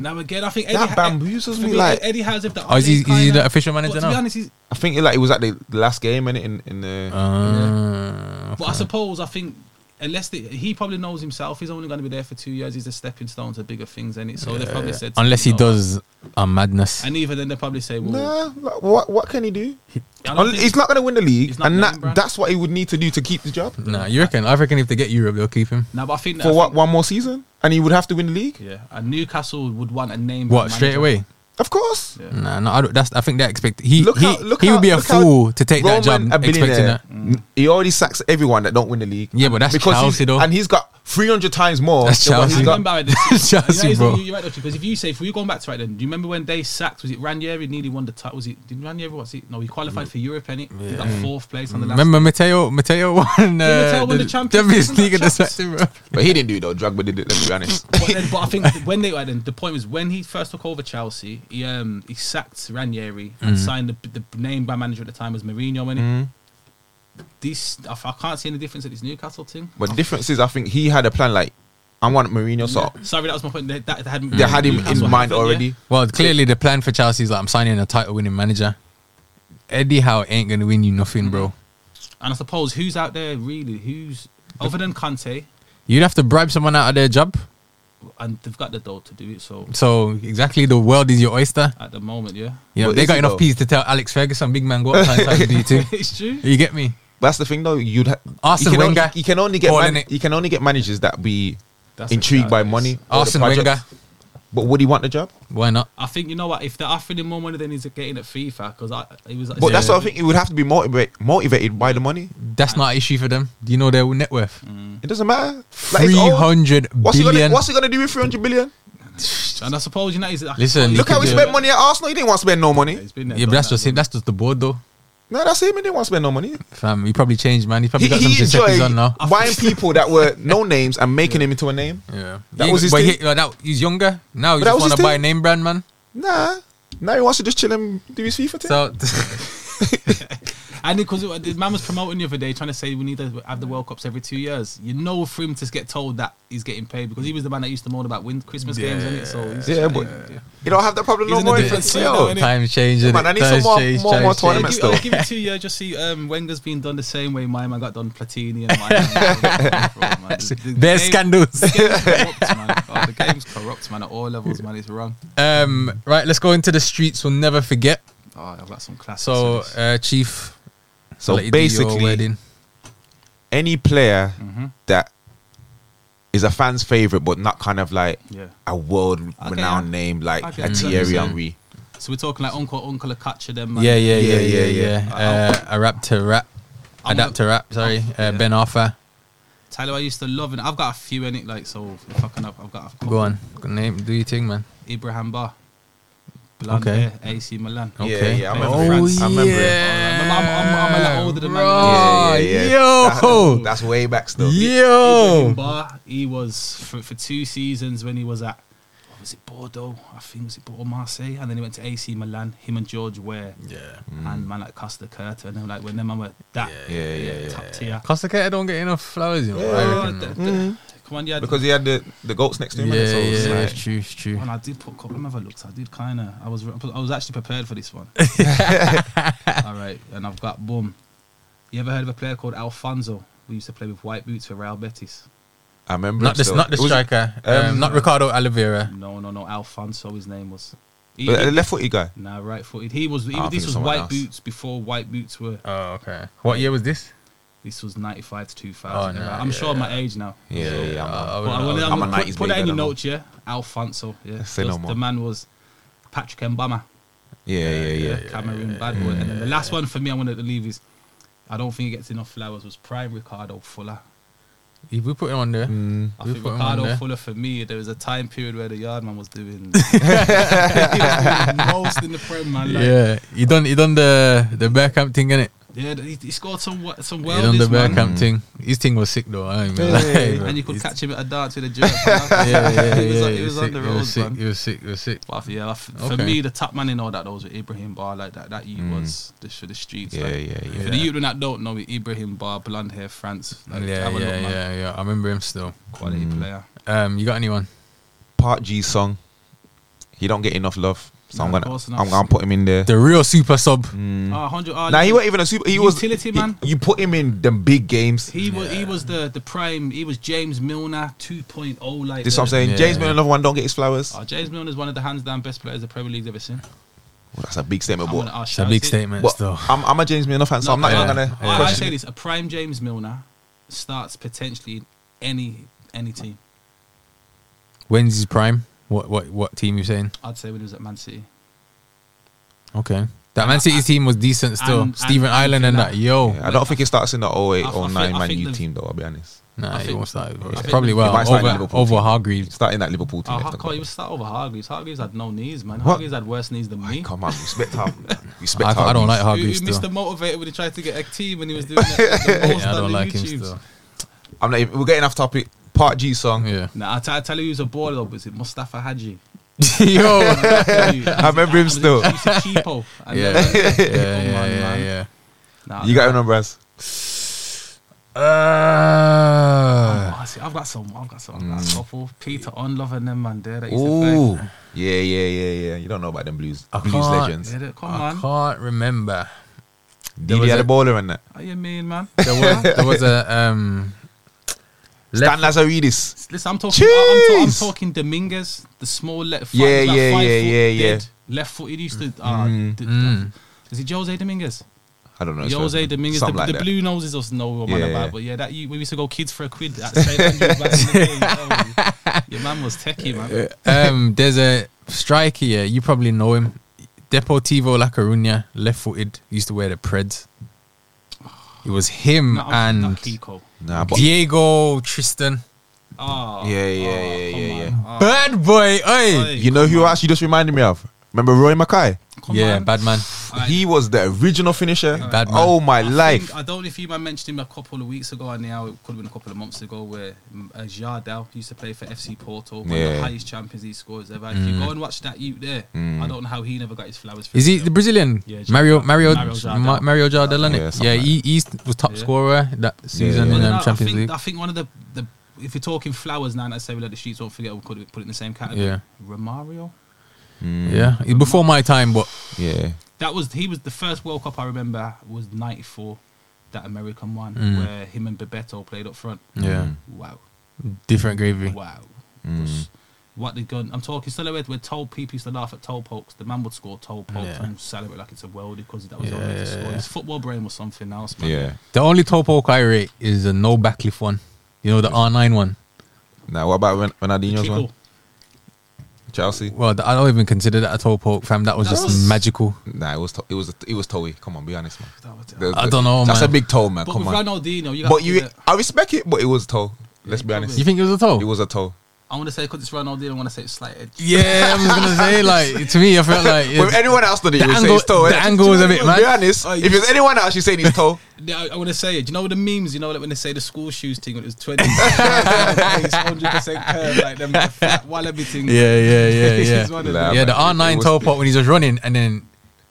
Now again, I think Eddie, That Ha- bamboozles for me, like- Eddie has if the Oh, is he- is updates he kinda- the official manager but To be now? honest, he's, I think it, like it was at the, the last game innit, in in the. Uh, but I suppose I think unless the, he probably knows himself, he's only going to be there for two years. He's a stepping stone to bigger things, and it so they probably said to him, unless he "No." does a madness. and even then they probably say, well, Nah, like, what what can he do? I don't think- he's not going to win the league, He's not and name that, brand. that's what he would need to do to keep the job Nah, you reckon? I reckon if they get Europe, they'll keep him. Nah, but I think that for what one more season, and he would have to win the league. Yeah, and Newcastle would want a name. What brand straight manager. away? Of course, Yeah. Nah, no, I don't, that's. I think they expect he Look he, out- look he would be a out- look out. fool to take that job Roman, a expecting billionaire, that. n- Mm. he already sacks everyone that don't win the league. Yeah, but that's he's- Chelsea though. and he's got three hundred times more. That's than what he's Chelsea. I got. remember how this. Chelsea, you know, bro. you- You're right, because if you say if we're going back to right then, do you remember when they sacked? Was it Ranieri nearly won the title? Was it did Ranieri? Was it no? He qualified for Europe, and he got fourth place on the last. Mm. Remember Mateo? Mateo won, uh, Mateo won the Champions League? League at the Champs. second, bro. But he didn't do it though. Dragba did it. Let me be honest. But, then, but I think when they right then, the point was when he first took over Chelsea, he um he sacked Ranieri Mm. and signed the, the name by manager at the time was Mourinho, and this I, I can't see any difference at this Newcastle thing. But the difference is, I think he had a plan. Like I want Mourinho, so Mm. Sorry, that was my point. They, that, they had, they had him Newcastle in mind haven't, yeah. already. Well, clearly the plan for Chelsea is like I'm signing a title-winning manager. Eddie Howe ain't gonna win you nothing, bro. And I suppose who's out there really? Who's other than Conte? You'd have to bribe someone out of their job. And they've got the dough to do it. So So exactly, the world is your oyster. at the moment, yeah, Yeah, But they is got it enough though? peas to tell Alex Ferguson, big man, go up and do you too. it's true. You get me? That's the thing though. You'd ha- Arsene you can Wenger. Only, you can only get Paul, man- innit? you can only get managers that be That's intrigued what by that money. is. or the Arsene project. Wenger. But would he want the job? Why not? I think you know what? If they're offering him more money than he's getting at FIFA, because I it was. But that's what I think. He would have to be motivate, motivated by the money. That's not an issue for them. Do you know their net worth? It doesn't matter. Like, Three it's old. hundred What's he gonna billion. What's he gonna do with three hundred billion? And I suppose you know, he's, Listen, Look He how could he do spent money at Arsenal. He didn't want to spend no money. He's been there, Yeah, but done that's that, just him. That's just the board, though. No, that's him. He didn't want to spend no money. Fam, he probably changed, man. He probably He, got he some Giuseppe's enjoyed on now. buying people that were no names and making them into a name. Yeah, That He- was his but thing. He, like, that, he's younger now. You But that just was want his to buy a thing. name brand, man. Nah. Now he wants to just chill and do his FIFA thing. So And because the man was promoting the other day, trying to say we need to have the World Cups every two years. You know, for him to get told that he's getting paid because he was the man that used to moan about win Christmas games, and it. So he's yeah, but you don't have that problem He's no in a more. different innit? scene Yo. now, innit? time changing. Man, I need some more- more- more Yeah, tournaments. give, though. I'll give it two years. Just see um, Wenger's been done the same way. My man got done Platini and my man. Their scandals. corrupt, man. Oh, the game's corrupt, man. At all levels, man. It's wrong. Um, right, let's go into the streets. We'll never forget. Oh, I've got some classics. So, in this. uh, Chief. I'll So let you do your basically, wedding. any player Mm-hmm. that is a fan's favorite, but not kind of like yeah. a world-renowned yeah. name like Okay, a mm. Thierry Mm. Henry. So we're talking like Uncle Uncle Akacha, them. Man. yeah, yeah, yeah, Yeah, yeah, yeah, yeah. Uh, a rap to rap, I'm adapt to gonna- rap. Sorry, uh, Yeah. Ben Arthur. Tyler, I used to love, and I've got a few in it. Like so, if I can, I've I've got. A couple. Go on, Go name, do your thing, man. Ibrahim Bar. Blonde Okay. hair, AC Milan. Okay. Yeah, yeah, I Oh, remember France. I remember it. I'm- I'm- I'm a lot older than man. Bro, Yeah, yeah, yeah. Oh, Yo, That's, that's way back still. yo. Oh! Ibrahim Bar, he was for, for two seasons when he was at what was it Bordeaux? I think was it Bordeaux Marseille, and then he went to AC Milan. Him and George Ware Yeah. and man like Costa Curta, and then like when them man were that Mm. Yeah, yeah, yeah. Mm. top tier. Costa Curta don't get enough flowers, you know. I Oh, reckon, the- man. the- Come on, yeah. Because he had the, the goats next to him. yeah, innit? so it's yeah, like- it's true, it's true. and I did put a couple of other looks. I did kind of. I was I was actually prepared for this one. All right, and I've got boom. You ever heard of a player called Alfonso? We used to play with white boots for Real Betis. I remember. Not this, this, not the striker. Um, um, not Ricardo Oliveira. No, no, no. Alfonso, his name was. He, The left footy guy. nah, right footed. He was. He, Oh, I think this it's was someone white else. boots before white boots were. Oh, okay. What year was this? This was ninety five to two thousand. Oh, no, I'm yeah, sure my age now. Yeah, yeah, yeah. Uh, I wouldn't- But I I wanna- wouldn't- I'm I'm a gonna put, 90s put that in baby, your I don't notes, yeah. Alfonso. Yeah. Say no Just- the more. man was Patrick Mbama. yeah, yeah, yeah. yeah, Cameroon bad boy. and then the last one for me I wanted to leave is I don't think he gets enough flowers was prime Ricardo Fuller. If we put him on there. Mm. I We think put him on Ricardo there. Fuller for me there was a time period where the yardman was doing, he was doing most in the prem man. Like, yeah, yeah, he done he done the the Bergkamp thing, innit? yeah, he, he scored some wa- some he done the worldies man. Mm. Bergkamp thing. His thing was sick though. I ain't gonna lie, bro. and you could His- catch him at a dance with a jerk. Yeah, yeah, yeah. he was, yeah, on- he was on sick, he the was roads, sick, man. He was sick. He was sick. But yeah, f- for Okay. me, the top man in all that those with Ibrahim Bar like that. That you was just for the streets. Mm. Yeah, like. yeah, yeah. For the youth that don't know it, Ibrahim Bar, blonde hair, France. Like, yeah, have a look, yeah, man. yeah, Mm. yeah. I remember him still. Quality player. Um, you got anyone? Part G song. He don't get enough love, so Nah, I'm of gonna course not. I'm gonna put him in there. The real super sub. Ah, 100 ah, Now Mm. he yeah. wasn't even a super. He was Utility he- man. You put him in the big games. He was he was the the prime. He was James Milner 2.0. Like This is the- what I'm saying. Yeah. James Milner, another one, don't get his flowers. Ah, James Milner is one of the hands down best players the Premier League's ever seen. Well, that's a big statement, I'm but, gonna ah, It's a shout big it. statement, but though. I'm, I'm a James Milner fan, so I'm not but, even uh, gonna. I, I question say it. this: a prime James Milner starts potentially in any any team. When's his prime? What what what team you saying? I'd say when he was at Man City. Okay. That Man City's team was decent still. and- Steven and- Island and and that. Yo. Yeah, I don't think he starts in the 08 I- I or think- 09 I Man think U the- team, though, I'll be honest. Nah, I he think- won't start. think- Probably well He might start in over Liverpool over team. Hargreaves. Starting that Liverpool team. Oh, left how and can't you right. start over Hargreaves? Hargreaves had no knees, man. What? Hargreaves had worse knees than me. Come on, respect our Respect I, I don't Hargreaves. like Who, Hargreaves who missed the still. motivator when he tried to get a team and he was doing that, the most Yeah, I on don't the like him YouTubes? still. I'm not even, we're getting off topic. Part G song. Yeah. Nah, I t- I tell you who's a baller though, was it Mustafa Hadji? Yo. I remember him still. He used to cheapo. And Yeah. then- Yeah, on, yeah, yeah, man. yeah. Nah, You got your number, as Uh, Oh, see, I've got some. I've got some. I've got a couple. Peter Unlove and them man there. That used Mm. Uh, ooh, to Yeah, yeah, yeah, yeah. You don't know about them blues I blues can't- legends. play. Yeah, come I on. can't remember. Didi was had a- a baller in that. Are you mean, man? There was there was a um. Stan Left, Lazaridis. Listen, I'm talking. I- I'm, ta- I'm Jeez. talking Dominguez, the small left. Yeah, yeah, five yeah, foot yeah, yeah. Mm-hmm. dead, Left footed. He used to. Uh, d- Mm. Is it Jose Dominguez? I don't know. it's Jose from- Dominguez. The, Something like the that. blue noses us know what man Yeah, about. yeah. But yeah, that you, we used to go kids for a quid. At St. Andrews back in the day, yo. Your man was techie, man. um, there's a striker. Yeah, you probably know him. Deportivo La Coruña, left-footed, used to wear the Preds. It was him Not, and not Kiko. Nah, but Diego Tristan. Oh, Yeah, yeah, oh, yeah, come yeah, on. yeah. Oh, Bad boy, oi. Oi. you know who else you just reminded me of? Remember Roy Mackay? come yeah, on. bad man. Alright. He was the original finisher. Bad man. oh my I, life! think- I don't know if you man mentioned him a couple of weeks ago, and now it could have been a couple of months ago, where mm, uh, Jardel used to play for FC Porto, one of Yeah. the highest Champions League scorers ever. If you go and watch that, you there. I don't know how he never got his flowers. for Mm. Is he himself. the Brazilian? Yeah, Jardel. Mario Mario Mario Jardel. Ma- Mario Jardel, innit? Yeah, something Yeah, like he, he was top Yeah. scorer that season yeah, in Well, um, no, I Champions think, League. I think one of the the if you're talking flowers now, and I say we let the sheets don't forget. We could have put it in the same category. Yeah. Romario. Yeah, he- before my time, but Mm, Yeah, That was he was the first World Cup I remember was '94, that American one where him and Bebeto played up front. Mm. yeah, Wow. different gravy. Wow. Was- What the gun? I'm talking still we're, we're told people used to laugh at toll pokes. The man would score toll pokes Yeah. and celebrate like it's a world because that was Yeah, all he had to yeah, score. yeah. His football brain was something else, man. yeah. The only top poke I rate is a no backlift one. You know the R nine one. Now what about Ren- Ronaldinho's Kiko. one? Chelsea. Well, the, I don't even consider that a toe poke, fam. That was That just was- magical. Nah, it was to- it was it was Toey. Come on, be honest, man. That was it. There's- I don't know, That's man. a big toe, man. But Come with on. Ronaldinho, you got But you, I respect it, but it was toe. Let's be honest. You think it was a toe? It was a toe. I want to say because it's Ronaldinho. I want to say it's slight eh, edge. yeah, I was gonna say like to me, I felt like With anyone else that you the would say angle- it's toe. the eh? angle was a bit mad. Be honest. Oh, If you- it's anyone else, you're saying it's toe. Yeah, I, I want to say it. Do you know the memes? You know, like when they say the school shoes thing when it was twenty, hundred percent curve, like them flat wallaby thing. yeah, yeah, yeah, This yeah. is one of Nah, them. yeah, the man, it- R nine it toe was- poke when he's just running and then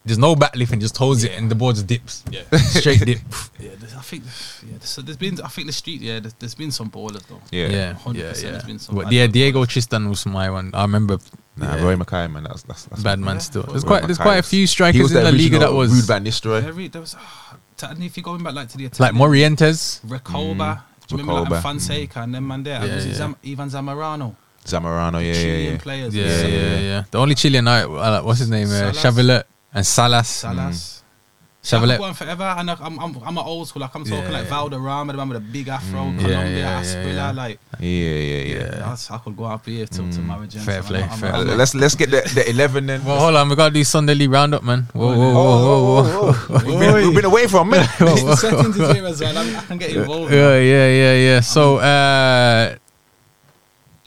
there's no backlift and just holds it and the board just dips. Yeah. Straight dip. Yeah, there's- I think yeah, so there's been I think the street yeah, there's, there's been some ballers though. Yeah. Yeah, yeah, 100% yeah. has been so But bad. yeah, Diego Tristan was my one. I remember Nah, yeah, Roy Mackay, man. That's that's, that's bad man still. There's Roy quite there's Mackay quite a was- few He strikers was in the league original that Ruud was Van Nistelrooy. Very, there was ah, t- and if you're going back like to the like Italian, Morientes. Recoba, do you remember like, Recoba, and Fonseca and then man there, and Mm. Yeah, was it yeah. Zam- Ivan Zamorano, Zamorano, yeah, yeah, Chilean yeah. players, Yeah, yeah, Sa- yeah, The only Chilean I I like, what's his name? Uh, Salas. Chavalet and Mm. Salas. Salas. Chavalet. Chavalet. one forever, and I, I'm, I'm I'm an old school. Like I'm talking Yeah, like yeah. Valderrama, the man with a big afro, Mm. yeah, Colombia, yeah, Asprilla, yeah. Mm. like Yeah, yeah, yeah. Uh, that's- I could go up here till tomorrow. gents. Fair I'm- play, I'm- fair I'm- play. Let's let's get the, the eleven then. Well, hold on, we gotta do Sunday League roundup, man. Whoa, whoa, whoa, whoa, whoa. Oh, oh, oh, oh. We've, been, we've been away for a minute. The settings is here as well. I'm- I can get involved. Yeah, yeah, yeah, yeah. So uh,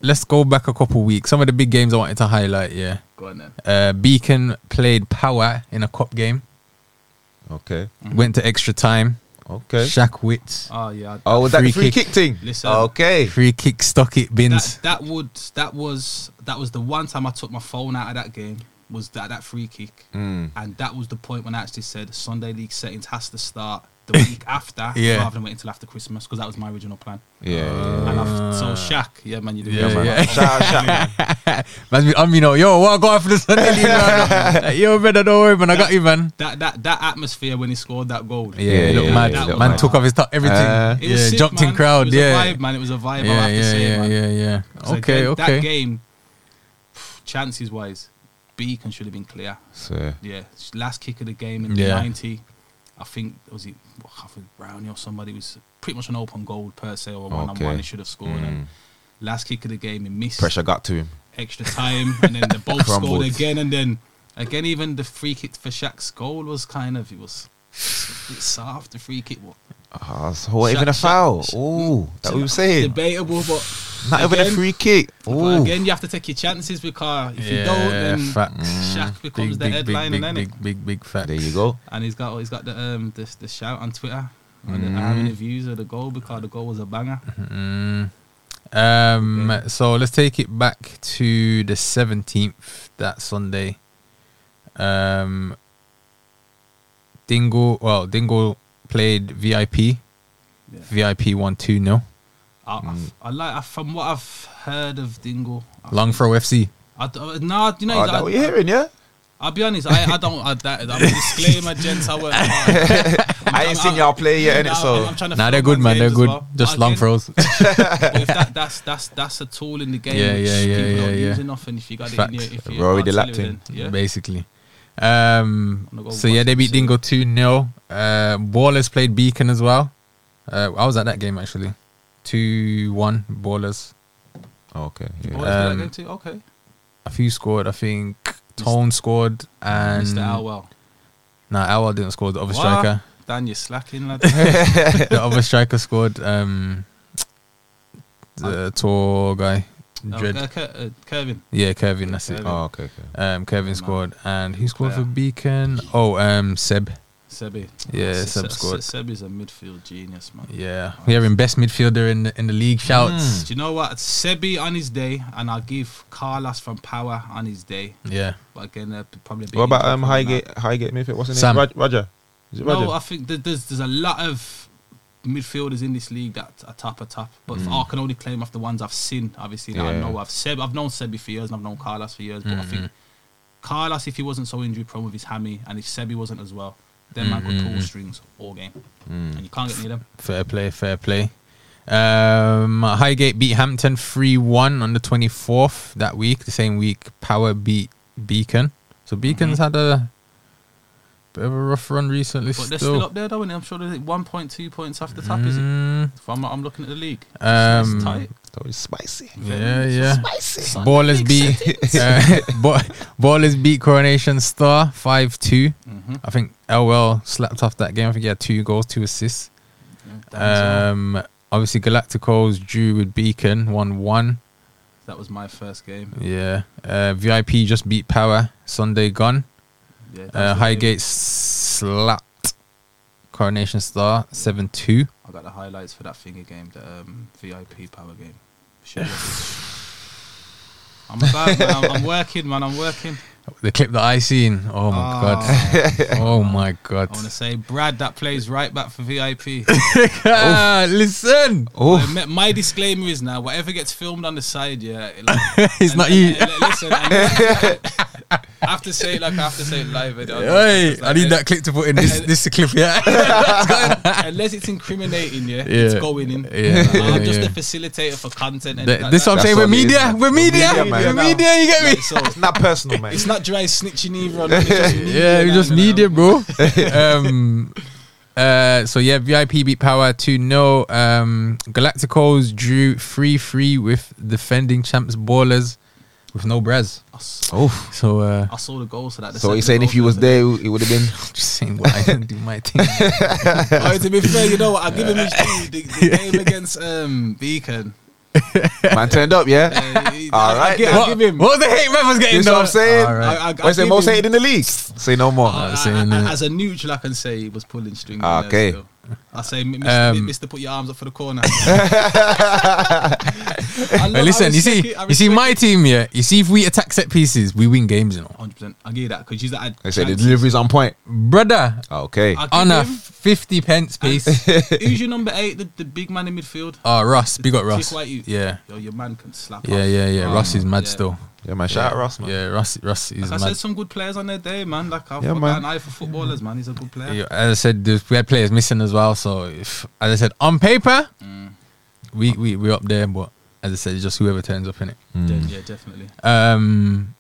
let's go back a couple weeks. Some of the big games I wanted to highlight. Yeah, Go on then. uh, Beacon played Power in a cup game. okay, Went to extra time. okay. Shaq Witz, Oh yeah. Oh, was that Free the free kick. kick, thing? Listen. okay. free kick, stock it, that bins. that would that was that was the one time I took my phone out of that game was that that free kick, Mm. and that was the point when I actually said Sunday League settings has to start the week after Yeah. rather than wait until after Christmas because that was my original plan. Yeah, Uh, And I've, so Shaq, yeah, man, you did Yeah, yeah, man. yeah. Shout out, shout out. Man, I mean, oh, yo, what I got after the Sunday league, man? Like, yo, man, don't worry, man, I got you, man. That that that atmosphere when he scored that goal. Yeah, Yeah, he looked yeah, mad. yeah, he looked man mad. took off his top, everything. Uh, It was yeah, sick, jumped man. in crowd. It was yeah. a vibe, man. It was a vibe. I yeah, have to yeah, say, yeah, man. yeah, yeah. So Okay, again, okay. That game, chances wise, Beacon should have been clear. So, Yeah, last kick of the game in Yeah. the 90. I think was it I think Brownie or somebody it was pretty much an open goal per se or one on Okay. one. He should have scored. mm. And last kick of the game, he missed pressure got to him. extra time, and then they Crumbled. both scored again, and then again even the free kick for Shaq's goal was kind of it was. a bit Soft, the free kick was Oh, so what, Shut- even a shut- foul? shut- Oh, that we were saying. debatable, but Not even a again. free kick. But Oh, again, you have to take your chances because if you Yeah, don't, then fact. Shaq becomes the headline, big, and big, big, big, big fact. Ah, there you go. and he's got he's got the um the, the shout on Twitter. and Mm. the- How many views of the goal because the goal was a banger. Mm. Um, so let's take it back to the seventeenth that Sunday. Um, Dingle, well, Dingle played VIP. Yeah. VIP one two 0 I, Mm. I, I like I, from what I've heard of Dingle. I, Long throw FC. I, don't- nah, you know, Oh, that I, what you're hearing, yeah? I'll be honest. I, I don't. I, that, I'm a disclaimer, gents. I work hard. I ain't I'm- seen I'm- y'all play yet, Nah, innit? I'm- So, I'm trying to Nah, film they're good, my man. They're games as good. well. Just But long again, throws. but if that, that's that's that's a tool in the game. Yeah, Yeah, which yeah, yeah, people yeah, don't yeah. use enough, and if you got Fact. it in your, if you Rory can't tell Delaptin. it, then- yeah. basically. Um, I'm gonna go so yeah, watch they it, beat see. Dingle two 0 uh, Ballers played Beacon as well. Uh, I was at that game actually. Two one Ballers. okay. Oh, Yeah. it's like Um, that too? okay. a few scored. I think Tone scored and Mr. Alwell. nah, Alwell didn't score. The other What? striker, Dan, you're slacking, lad. the other striker scored. Um, the tall guy, Oh, Dread. uh, Ke- uh, Kevin. Yeah, Kevin. That's it. Oh, okay, okay. Um, Kevin scored, and who scored for Player. Beacon? Oh, um, Seb. Sebi. Yeah, Se- Seb Se- scored. Se- Sebi's a midfield genius, man. Yeah, we having best midfielder in the, in the league. Shouts. Do you know what? Sebi on his day, and I'll give Carlos from Power on his day. Yeah, But again, they're probably. a bit What about injured um from Highgate? Highgate Mayfield. What's his Sam. name? Rog- Roger. Is it that. No, uh, Roger? I think that there's there's a lot of midfielders in this league that are top of top. But I can only claim off the ones I've seen. Obviously, that I Hmm. Yeah. know I've Seb. I've known Sebi for years, and I've known Carlos for years. But I think Mm-hmm. Carlos, if he wasn't so injury prone with his hammy, and if Sebi wasn't as well, then man could Mm-hmm. pull strings all game, Mm. and you can't get near them. fair play, fair play. Um, Highgate beat Hampton three one on the twenty fourth that week. The same week, Power beat Beacon. So Beacon's had a bit of a rough run recently. Mm-hmm. But still, they're still up there, though, and I'm sure they're one point two points off the top. Is Mm-hmm. it? Mm, If I'm, I'm looking at the league. It's- Um, it's tight. That was spicy. yeah, yeah. Ballers beat uh, Ba- Ballers beat Coronation Star five two. Mhm. I think Elwell slapped off that game. I think he had two goals, two assists. Damn, Um, obviously Galacticos drew with Beacon one one. so that was my first game. Yeah. Uh, VIP just beat Power. Sunday gone. Yeah, that was Uh, the Highgate slapped Coronation Star 7 2. game. I got the highlights for that finger game, the um, VIP power game. Shit, what is- I'm about, man. I'm, I'm working, man. I'm working. The clip that I seen. Oh Ah. my God. Oh my God. I want to say Brad that plays right back for VIP. Ah, Listen. Oh, My- my disclaimer is now whatever gets filmed on the side, yeah, it, like, It's And- not and- you. and- and listen, and- I have to say it like I have to say it live. I don't know. Hey, It's I like, need that clip to put in. This, this is the clip, yeah. Unless it's incriminating, yeah, Yeah. it's going in. Yeah, Like, yeah, I'm just yeah. a facilitator for content. And Th- that- this is what I'm That's that- saying. We're what it is, media. man. We're We're media. media, man. We're media. You get me? so it's not personal, man. it's not dry snitching either. on it, it's just media, Yeah, we man, just you need know. it, bro. um, uh, so yeah, VIP beat Power two 0 Um, Galacticos drew three three with defending champs Ballers with no Braz. I s- Oh, So uh, I saw the goals for that. so he's saying if you was there, it would have been. I'm just saying, what I can do my thing. Oh, to be fair, you know what? I've given him his due. The, the game against um, Beacon. Man turned up, yeah. Uh, he- All I- I right give- then. I what, give him. what was the hate man was getting? You know what I'm though? saying? All right. I- I- I What's the give most him- hated in the league? Say no more. I- saying I- I- that. as a neutral, I can say he was pulling strings. Ah, in there okay. still. I say, "M- Um, Mr. Mister, put your arms up for the corner. I love But how listen, you respect see, it, I you see, respect my team, yeah. You see, if we attack set pieces, we win games, you know, it. 100%. I give you that because she's like, They say the delivery's on point. brother. Okay. I'll give On a him- fifty pence piece. Who's your number eight? The, the big man in midfield. Oh, Russ, big up Tick Russ. White, you- Yeah, Yo, your man can slap. yeah, off. yeah, yeah. Oh, Russ is mad yeah. still. Yeah, man. Shout out Ross, man. Yeah, Russ, Russ is Like I mad. said some good players on their day, man. Like I've Yeah, got man. an eye for footballers, man. He's a good player. Yeah, As I said, the we had players missing as well. So, if, as I said, on paper, we we we up there. But as I said, it's just whoever turns up in it. Yeah, Mm, yeah, definitely. Um,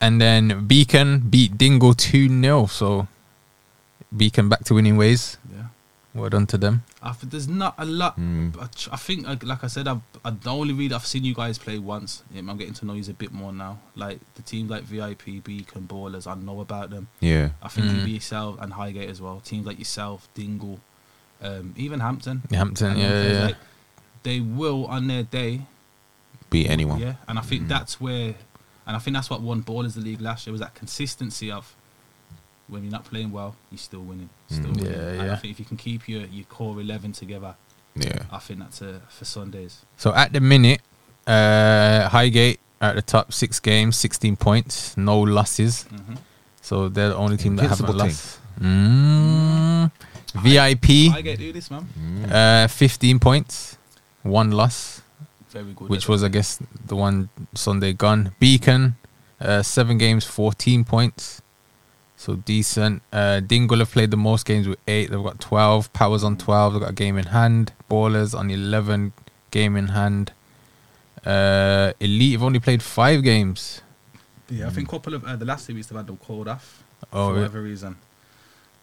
and then Beacon beat Dingle two 0 So, Beacon back to winning ways. Yeah. Well done to them. I think there's not a lot. Mm. I tr- I think, like- like I said, I've, I the only really I've seen you guys play once. Um, I'm getting to know you a bit more now. Like the teams like VIP, Beacon, Ballers, I know about them. Yeah. I think Mm. you yourself and Highgate as well. Teams like yourself, Dingle, um, even Hampton. Hampton, And yeah, things yeah, yeah. like- they will on their day Beat anyone. Yeah, and I Mm. think that's where, and I think that's what won Ballers the league last year was that consistency of when you're not playing well, you're still winning. Still winning. Mm. Yeah, And yeah. I think if you can keep your, your core eleven together, Yeah. I think that's a, for Sundays. So at the minute, uh, Highgate are at the top six games, sixteen points, no losses. Mhm. So they're the only team that haven't Invincible team. lost. Mm. I VIP, get to do this, man. uh, fifteen points, one loss, Very good. which was I guess the one Sunday gone. Beacon, uh, seven games, fourteen points. So decent. Uh, Dingle have played the most games with eight. They've got twelve. Powers on twelve. They've got a game in hand. Ballers on eleven. Game in hand. Uh, Elite have only played five games. yeah. I think a couple of uh, the last two weeks they've had them called off Oh, for yeah. whatever reason.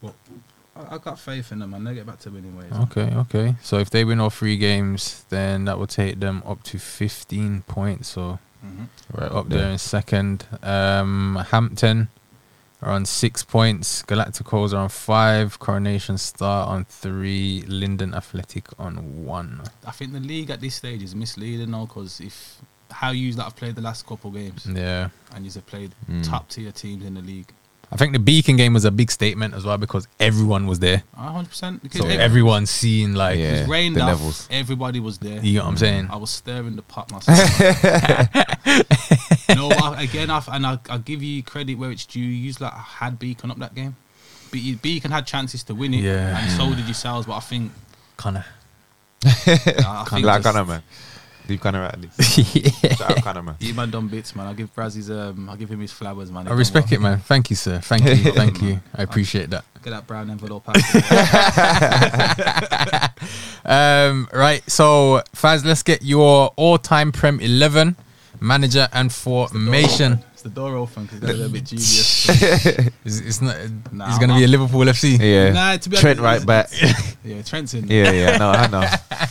But I, I got faith in them, man. They get back to winning ways. Okay, okay. So if they win all three games, then that will take them up to fifteen points. So Mhm. Right up there in second. Um, Hampton are on six points. Galacticals are on five. Coronation Star on three. Linden Athletic on one. I think the league at this stage is misleading now because if how you that have played the last couple games Yeah. and you have played Mm. top tier teams in the league. I think the Beacon game was a big statement as well because everyone was there. hundred percent. Because So every- everyone seen like, it was Yeah, rained the off. levels. Everybody was there. you know what I'm saying? I was stirring the pot myself. no, I, again, I've, and I, I give you credit where it's due. You like had Beacon up that game. Be- you- Beacon had chances to win it, Yeah. and so did yourselves. But I think, Kinda. I think Like just- Connor, man. Leave Connor out of this. Shout out Connor, man. you man done bits, man. I give Braz his, um, I give him his flowers, man. He I done respect well. it, man. Thank you, sir. Thank you. Thank you. I appreciate that. Get that brown envelope out. Um, right. So, Faz, let's get your all-time Prem 11 manager and formation. it's the door open because it's a little bit dubious. It's, it's not. Nah, it's gonna be a I'm- Liverpool FC. Yeah. Nah, to be Trent right honest, back. yeah, Trent's in. yeah, yeah. No, I know. I,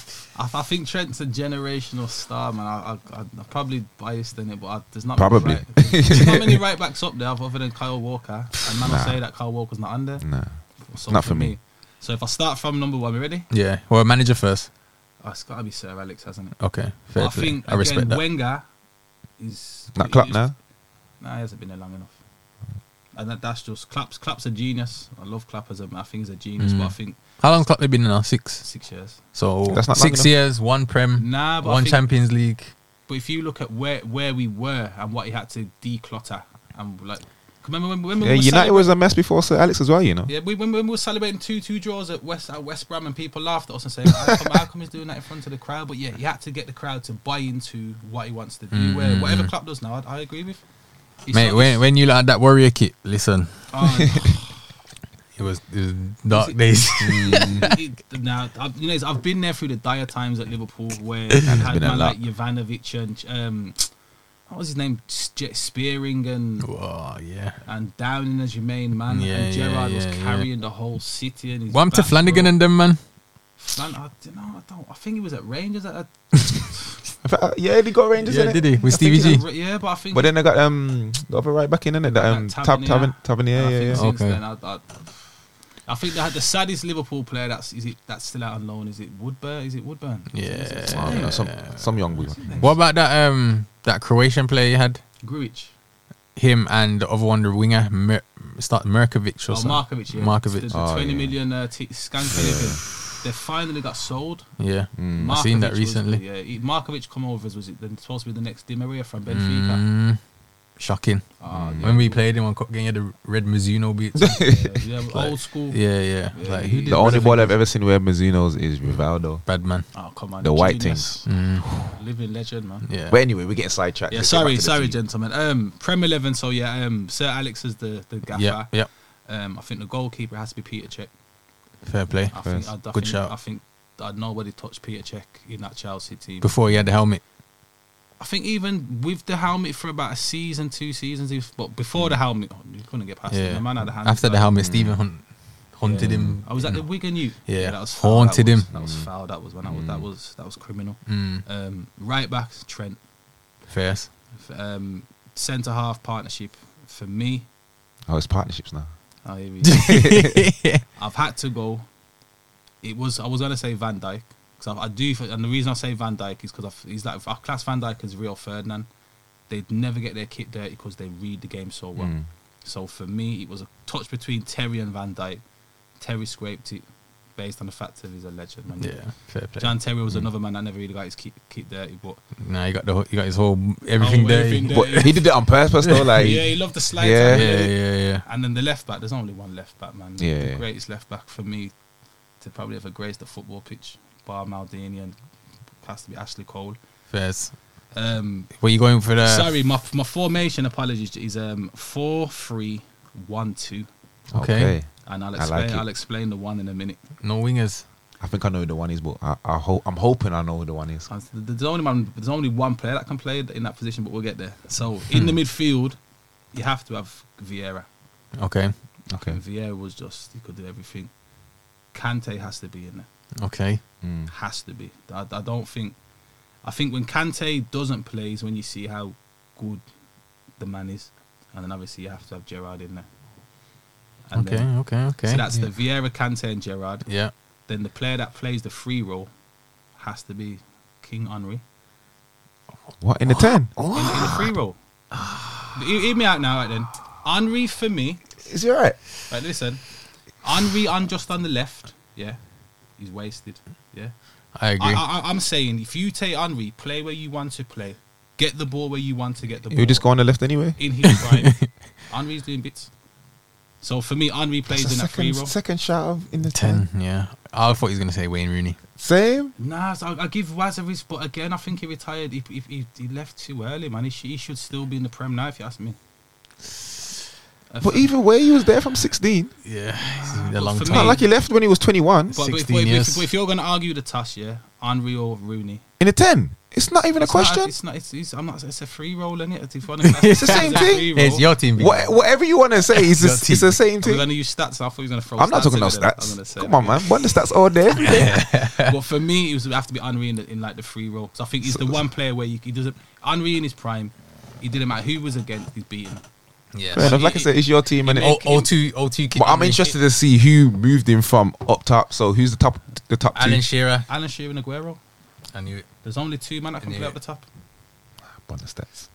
I think Trent's a generational star, man. I, I, I, I'm probably biased in it, but I, there's not Probably. many right, there's not many right backs up there other than Kyle Walker. And man, will say that Kyle Walker's not under. No. So not for me. So if I start from number one, we ready? Yeah. Well, manager first. Oh, it's got to be Sir Alex, hasn't it? Okay. But Fair I play. think I respect again, that. Wenger is Not Klopp now. Nah, he hasn't been there long enough. And that, that's just Klopp's. Klopp's a genius. I love Klopp as a. I think he's a genius, Mm. but I think How long's Klopp been in now? Six. six years. So That's not long six enough. years, one Prem, Nah, but I one think- Champions League. But if you look at where where we were and what he had to declutter and like, 'cause remember when, when we Yeah, were United celebra- was a mess before Sir Alex as well, you know. yeah, we, when, when we were celebrating two two draws at West at West Brom and people laughed at us and said, how come, "How come he's doing that in front of the crowd?" But yeah, he had to get the crowd to buy into what he wants to do. Mm, Where whatever Klopp does now, I, I agree with. He's Mate, not- when when you had that warrior kit, listen, oh, it was, it was dark days. it- it- now I've, you know, I've been there through the dire times at Liverpool where you had been a man lot. like Jovanovic and um, what was his name, Jet Spearing and oh yeah. and Downing as your main man, Yeah, and Gerard yeah, was yeah, yeah. carrying the whole city. And his Well, I'm to back, Flanagan bro. and them man. Flan- I don't know. I don't. I think he was at Rangers at. In fact, uh, Yeah, they got Rangers Yeah, in did he with Stevie at G? yeah, but I think. But then they got um the other right back in, innit? That um That Tab Tavernier. Tavernier, Tavernier I yeah, think yeah. since Okay. then, I, I, I think they had the saddest Liverpool player. That's is it. That's still out on loan. Is it Woodburn? Is it Woodburn? Is it- Oh, you know, some some young boy. What about that um that Croatian player you had? Grujic. Him and the other one, the winger, Mer- start Merkovic or Oh, something. Markovic. Yeah. Markovic. The, the Oh, 20 yeah. million, uh, t- skank. they finally got sold. Yeah, I've Hmm, seen that Markovic was- recently. yeah, he- Markovic come over as was it then supposed to be the next Di Maria from Hmm. Benfica. Mm, Shocking. Ah, When we played him on Cup Game, he had the red Mizuno beats. yeah, yeah, old school. yeah, yeah. Like who did The only ball I've ever seen wear Mizunos is Rivaldo, bad man? Mm. Oh come on, the white thing. genius. living legend, man. Yeah. But anyway, we get sidetracked. Yeah, Let's get back sorry, to the sorry, team. gentlemen. Um, Prem Eleven. So yeah, um, Sir Alex is the the gaffer. yeah, yeah. Um, I think the goalkeeper has to be Peter Check. Fair play. I think I, I Good think, shout. I think that nobody touched Peter Check in that Chelsea team. Before he had the helmet. I think even with the helmet for about a season, two seasons, if- but before the helmet, oh, you couldn't get past Yeah. it. The man had a hand. After the like, helmet, Stephen Hunt haunted yeah. him. I was at the Wigan U. Yeah. that was foul. Haunted that was, him. That was foul. That was when I was. That was that was criminal. Mm, Um, right back Trent. fairs. F- Um, Centre half partnership for me. Oh, it's partnerships now. I mean, I've had to go. It was I was gonna say Van Dyke because I, I do, f- and the reason I say Van Dyke is because he's like I class Van Dyke as Rio Ferdinand. They'd never get their kit dirty because they read the game so well. Mm. So for me, it was a touch between Terry and Van Dyke. Terry scraped it based on the fact that he's a legend. Man. Yeah, fair play. John Terry was another man that never really got his kit, kit dirty, but Nah, he got the whole- he got his whole everything Oh, there. everything Yeah, there. But he did it on purpose though. Like, yeah, he loved the slide. Yeah. tackle. yeah, yeah, And then the left back, there's only one left back, man. Yeah, the yeah. greatest left back for me to probably ever grace the football pitch, bar Maldini and has to be Ashley Cole. fairs. Um, Were you going for the? Uh, sorry, my my formation apologies is um four three one two, Okay. and I'll I explain like it. I'll explain the one in a minute. No wingers. I think I know who the one is, but I, I hope I'm hoping I know who the one is. So There's only man, there's only one player that can play in that position, but we'll get there. So in Hmm. the midfield, you have to have Vieira. Okay. Okay. And Vieira was just he could do everything. Kante has to be in there. Okay. Mm. has to be. I, I don't think. I think when Kante doesn't play is when you see how good the man is, and then obviously you have to have Gerard in there. And Okay. Then, Okay. Okay. So that's yeah. the Vieira, Kante, and Gerard. Yeah. Then the player that plays the free role has to be King Henry What in the ten? in, in the free role. Hear hear me out now, right then. Henry for me. Is he alright? Right, listen. Henry on just on the left. Yeah, he's wasted. Yeah. I agree. I, I, I'm saying if you take Henri, play where you want to play, get the ball where you want to get the You ball. just go on the left anyway. in his prime. Henri's doing bits. So for me, Henri plays That's in the that free second, role. second shot of in the Ten. ten. Mm, Yeah. I thought he was gonna say Wayne Rooney. Same. Nah, so I, I give Waz a risk, but again, I think he retired. He, he, he, he left too early, man. He, sh- he should still be in the Prem now, if you ask me. Uh, But for- even where he was there from 16, Yeah. He's been there a But long for it's me- not time. like he left when he was 21. but, but, if- 16 but if, years. but if you're going to argue the task, yeah, Henri or Rooney. In the 10, it's not even It's a not- question. it's not. It's, it's, I'm not. It's a free roll, innit? If you wanna class it the as a same thing. free Yeah, it's roll. your team. big Wha- whatever you want to say, it's, Your the- it's the same We're thing. going to use stats. I thought he was going to throw. I'm not talking about in there. I'm gonna stats. say Come that. on, man. What the stats all day? every day. But for me, it was it would have to be Henri in the, in like the free role. So I think he's the one player where you, he doesn't. Henri in his prime, he didn't matter who was against. He's beaten. Yeah. Fair enough. Like I said, it's your team, and O- Oh. O2 O2 But I'm interested to see who moved him from up top. So who's the top? The top two. Alan Shearer. Alan Shearer and Aguero. I knew it. There's only two men that can Yeah. play up the top. Up on the stats.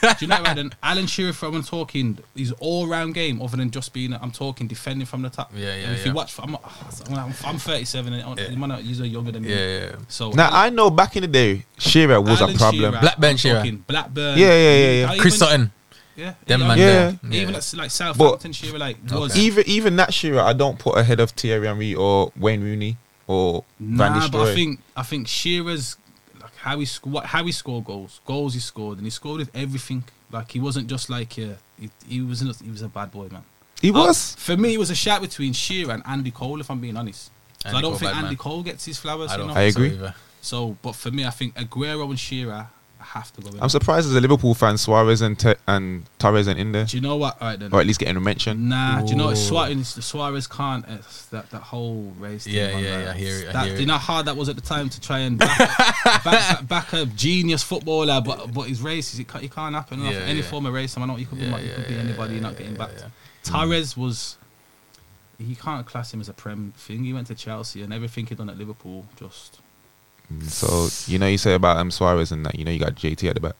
Do you know what? And Alan Shearer, from I'm talking his all-round game, other than just being, I'm talking defending from the top. Yeah, yeah, And if yeah. you watch, I'm, I'm, I'm 37, and Yeah. you might not use a younger than me. Yeah, yeah, yeah. So Now I know back in the day, Shearer was Alan a problem. Shearer, Blackburn I'm Shearer. talking Blackburn. Yeah, yeah, yeah, yeah. I Chris even- Sutton. Yeah, Them yeah. man Yeah. there. Yeah. Even at like Southampton, Shearer like was Okay. Even even that Shearer, I don't put ahead of Thierry Henry or Wayne Rooney or Van Nah, but I Nistelrooy. think I think Shearer's like how he sc- what, how he scored goals, goals he scored, and he scored with everything. Like he wasn't just like uh, he, he wasn't he was a bad boy man. he Uh, was. for me, it was a shout between Shearer and Andy Cole. If I'm being honest, so Andy I don't Cole, think bad Andy man. Cole gets his flowers. I you don't. know? I agree. So either. So, but for me, I think Aguero and Shearer have to go in. I'm surprised as a Liverpool fan, Suarez and Te- and Torres and in there, do you know what? All right then. or at least getting a mention. Nah, do you know what? Ooh. Suarez, Suarez can't. It's that that whole race. thing, Yeah, man, yeah, like, yeah, I hear it, I that, hear do you it. know how hard that was at the time to try and back, back, back a genius footballer, but but his races it can't, it can't happen. Yeah, Any yeah. form of race, I know you could Yeah, be, you yeah, could be yeah, anybody. yeah, you're not yeah, getting yeah, back. yeah. Torres was. You can't class him as a prem thing. He went to Chelsea and everything he done at Liverpool just. So you know you say about um, Suarez and that. You know you got JT at the back.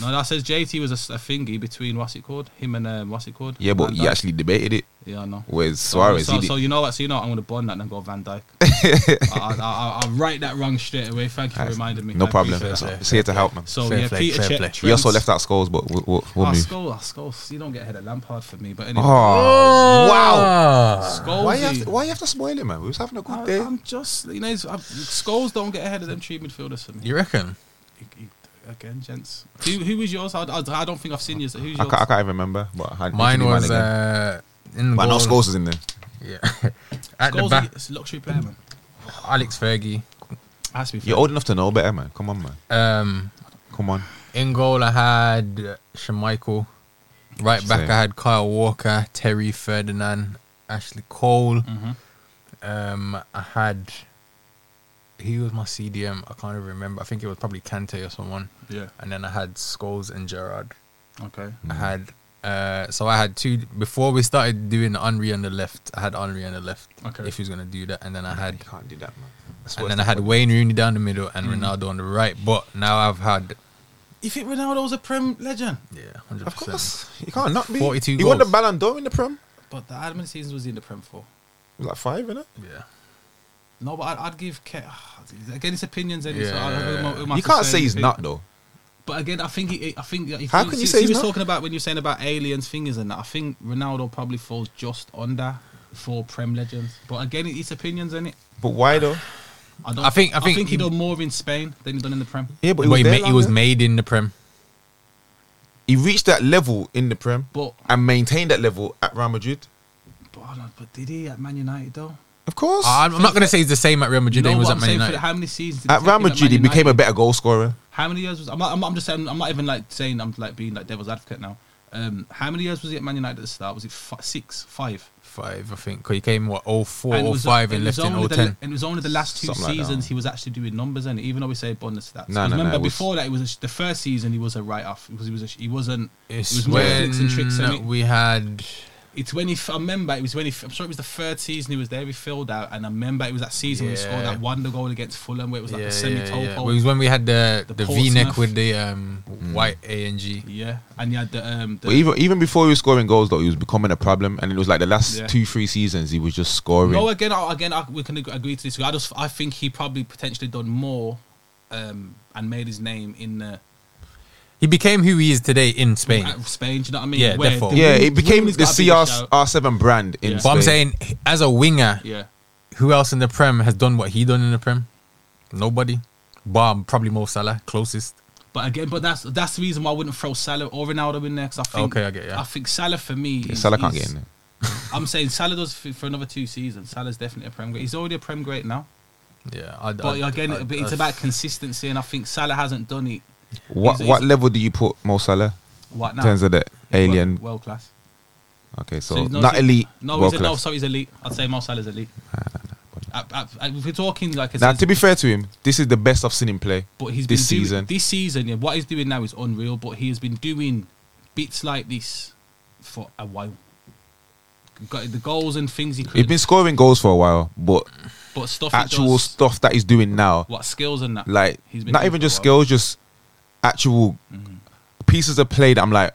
No, that says JT was a, s- a thingy between what's it called? Him and um, what's it called? Yeah, but Van you Dijk. actually debated it Yeah, I know. with So- Suarez. So, he did- so you know what? So you know what? I'm going to bond that and then go Van Dyke. I, I, I, will write that wrong straight away. Thank you for reminding me. no I problem. appreciate that. It's here to help, man. So Fair yeah, play, Peter fair Cech, play. You also Trent- left out Scholes, but we'll, we'll, we'll Ah, move. Scholes, ah, Scholes. You don't get ahead of Lampard for me, but anyway. Oh, wow. Wow. Scholes, Why you, have to, why you have to spoil it, man? We was having a good I, day. am just, you know, it's, I'm, Scholes don't get ahead of them three midfielders for me. You reckon? He- he- Again, gents. Who, who was yours? I, I, I don't think I've seen yours. Who's I yours? can't, I can't even remember. But I had Mine Anthony was Mann again. uh, in the but now goal. Scholes is in there. Yeah. At the Scholes back, is a luxury player, man. Alex Fergie. Has to be fair. You're old enough to know better, man. Come on, man. Um, Come on. in goal, I had uh, Shemichael. Right back, Same. I had Kyle Walker, Terry Ferdinand, Ashley Cole. Um, I had. He was my CDM. I can't even remember. I think it was probably Kante or someone. Yeah. And then I had Scholes and Gerard. Okay. I had. Uh, so I had two before we started doing Henri on the left. I had Henri on the left. Okay. If he was gonna do that, and then I had can't do that, man. and then I had Wayne Rooney down the middle and Ronaldo on the right. But now I've had You think Ronaldo's a Prem legend? yeah, hundred Of percent. course. You can't not be. 42 He won uh, the goals. Ballon d'Or in the Prem. But the, how many seasons was he in the Prem for? It was like five, innit? Yeah, No, but I'd, I'd give Ke- again it's opinions. Eddie, so I- I- Yeah. I'm- I'm You have to can't say he's anything. not, though. But again, I think he, I think if How can you since say he he's was not? talking about when you're saying about aliens fingers and that? I think Ronaldo probably falls just under for Prem legends. But again, it's opinions in it. But why, though? don't, I think- I think he, he- done more in Spain than he done in the Prem. Yeah, but but he was, he, there ma- he was longer. made in the Prem. He reached that level in the Prem But and maintained that level at Real Madrid. but, I don't- but did he at Man United though? Of course. I- Ah, I'm, I'm not gonna say he's the same at Real Madrid. he No, was but at I'm Man saying for the- United. how many seasons? Did at take Real him Madrid, Man he became a United? better goal scorer. How many years was? I'm not, I'm, not, I'm just saying. I'm not even like saying I'm like being like devil's advocate now. Um, how many years was he at Man United at the start? Was it fi- six, five? Five, I think. 'cause he came what 04, it 05 and it was left in only the- 010. And it was only the last two Something like that. seasons he was actually doing numbers, and even though we say bonus stats. No, no, no, remember it was- before that, it was a, sh- the first season he was a write off because he was a, sh- he wasn't. it It's was more flicks and tricks. innit? when we had It's when he. f- I remember it was when he. f- I'm sure it was the third season he was there. He filled out, and I remember it was that season when he scored Yeah. that wonder goal against Fulham, where it was like yeah, a yeah, semi-toe yeah. pole. Well, It was when we had the The the, V neck Portsmouth. with the um Mm. white A and G. Yeah, and he had the um. The, But even even before he was scoring goals, though, he was becoming a problem. And it was like the last Yeah. two, three seasons, he was just scoring. No, again, I, again, I, we can ag- agree to this. I just, I think he probably potentially done more, um, and made his name in the He became who he is today in Spain. at Spain. Do you know what I mean? Yeah, Where therefore. the yeah, Rooney- it became Rooney's the gotta be the CR shout. R7 brand in Yeah. But I'm Spain. saying, as a winger, Yeah, who else in the Prem has done what he done in the Prem? Nobody. Bar probably Mo Salah, closest. but again, but that's that's the reason why I wouldn't throw Salah or Ronaldo in there because I think Okay, I get ya. I think Salah for me, Yeah, is- Salah can't is- get in there. I'm saying Salah does for, for another two seasons. Salah's definitely a prem great. He's already a prem great now, Yeah, I, but I, again, I- but it's I- about consistency, and I think Salah hasn't done it. What he's- what level do you put Mo Salah What in now? terms of the alien? world class. okay, so, he's not he's- elite. No, world he's a, no, class. Ah, sorry, he's elite. I'd say Mo Salah's elite. At- at- at- if we're talking like a Now, to be fair to him, this is the best I've seen him play but he's this been doing- season. this season, yeah, what he's doing now is unreal. But he has been doing bits like this for a while. Got the goals and things he He's could, been scoring goals for a while, but but stuff he actual does, stuff that he's doing now, what skills and that. like He's been not doing even for a just while. Mm-hmm. skills, just actual pieces of play that I'm like,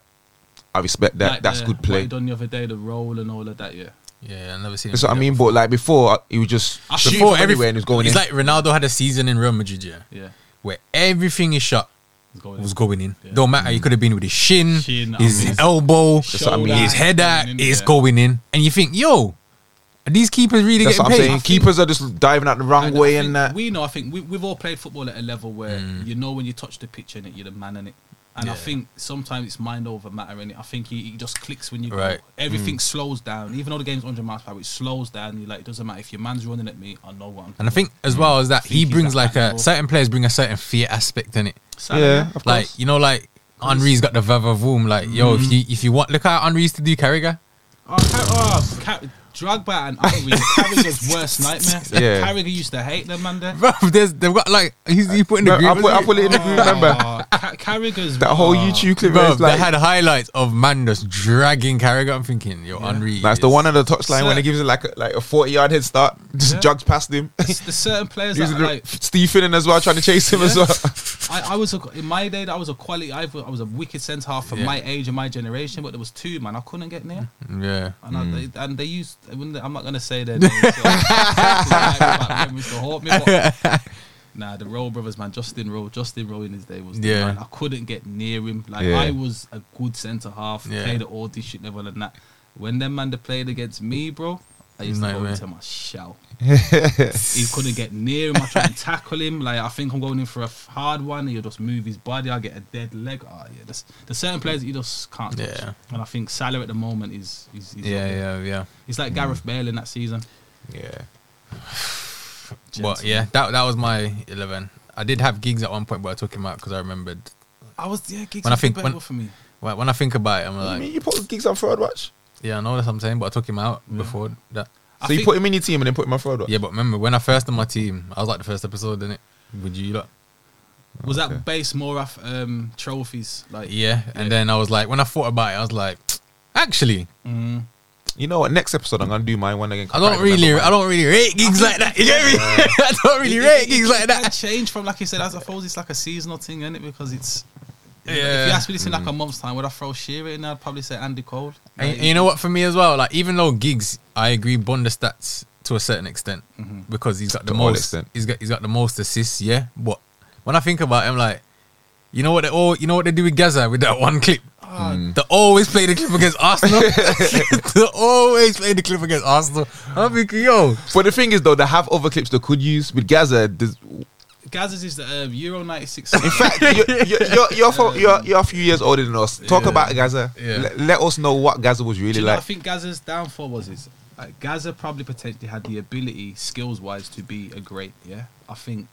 I respect that. Like That's the- good What play. he done the other day, the roll and all of that. Yeah, Yeah, I've never seen. That's him what I do mean. But like before, I- he was just Before shooting Before from every- everywhere and he was going It's in. like Ronaldo had a season in Real Madrid, yeah, yeah. where everything he shot He's going was in. going in. Yeah. Don't matter. He could have been with his shin, Shin, I his mean- elbow, That's what I mean. his header Going in, is yeah. going in, and you think, yo, are these keepers really That's what I'm getting saying. paid? Keepers are just diving out the wrong And I way think and that. Mm. we know. I think we, we've all played football at a level where you know when you touch the pitch in it, you're the man in it. And I Yeah. think sometimes it's mind over matter in it. I think he, he just clicks when you go. Right. Everything Mm. slows down. Even though the game's 100 miles per hour, it slows down. You're like, it doesn't matter if your man's running at me. I know what I'm. And I think as well as that, Think he he's brings at like that a level. certain players bring a certain fear aspect in it. Salah, Yeah, of Like course. you know, like Henri's got the vavavoom. Like yo, Mm-hmm. if you if you want, look how Henri used to do Carragher. Oh, Car- oh Car- Drogba and Henry. Carragher's worst nightmare. Yeah. Carragher used to hate them, man. There. Bro, there's they've got like he's he put in the Bro, group. I put, I put it in the group. Remember Oh, Ca- Carragher's that whole oh. YouTube clip? where Bro, it's like, they had highlights of Mandos dragging Carragher. I'm thinking, yo, Henri. that's the is- one on the touchline when he gives it like a, like a 40 yard head start, just Yeah. jogs past him. There's certain players He's that are like, like Steve Finnan as well, trying to chase him as well. I, I was a, in my day. I was a quality. I was I was a wicked centre half for Yeah. my age and my generation. But there was two man. I couldn't get near. Yeah. And, I, they, and they used. I wouldn't- I'm not gonna say their names. so- 'cause I might Mr. Haunt me, but- Nah, the Roll brothers, man. Justin Roll, Justin Roll in his day was. Yeah. Yeah. Man. I couldn't get near him. Like Yeah. I was a good centre half. Yeah. Played at all district level and that. When them man they played against me, bro. I used to go Nightmare. into my shell. he couldn't get near him. I tried to tackle him. Like I think I'm going in for a f- hard one. He'll just move his body. I get a dead leg. Oh yeah, there's, there's certain players that you just can't touch. Yeah. And I think Salah at the moment is is, is Yeah, not- yeah, yeah. He's like Gareth Bale in that season. Yeah. But yeah, that that was my eleven. I did have gigs at one point, but I took him out because I remembered. I was yeah. Giggs When I was think- better when- for me. When when I think about it, I'm I like, mean, you put gigs on third watch. yeah, I know that's what I'm saying, but I took him out before that. I So you think- put him in your team and then put him on third watch. Yeah, but remember when I first on my team, I was like the first episode, didn't it? Would you lot? Was that based more off um, trophies? Like Yeah, and then I was like, when I thought about it, I was like, actually, Mm. You know what? Next episode, I'm gonna do my one again. 'cause I don't can't really, remember I don't really rate gigs like that. You get me? I don't really rate gigs like It that. changed from like you said. I suppose it's like a seasonal thing, isn't it? Because it's. If you Yeah. asked me this in like a month's time, would I throw Shearer in? I'd probably say Andy Cole. And, Like, and you know what? For me as well, like even though gigs, I agree, bond the stats to a certain extent because he's got the To all most. extent. He's got he's got the most assists. Yeah, but when I think about him, like. You know what they all you know what they do with Gaza with that one clip. They always play the clip against Arsenal. they always play the clip against Arsenal. I'm thinking, yo, that. But the thing is, though, they have other clips they could use with Gaza. there's- Gazza's is the um, Euro '96. In fact, you're, you're, you're, you're, fo- you're, you're a few years older than us. Talk about Gaza. Yeah. Let, let us know what Gaza was really Do you know what I like. think Gaza's downfall was is like Gaza probably potentially had the ability, skills wise, to be a great. Yeah, I think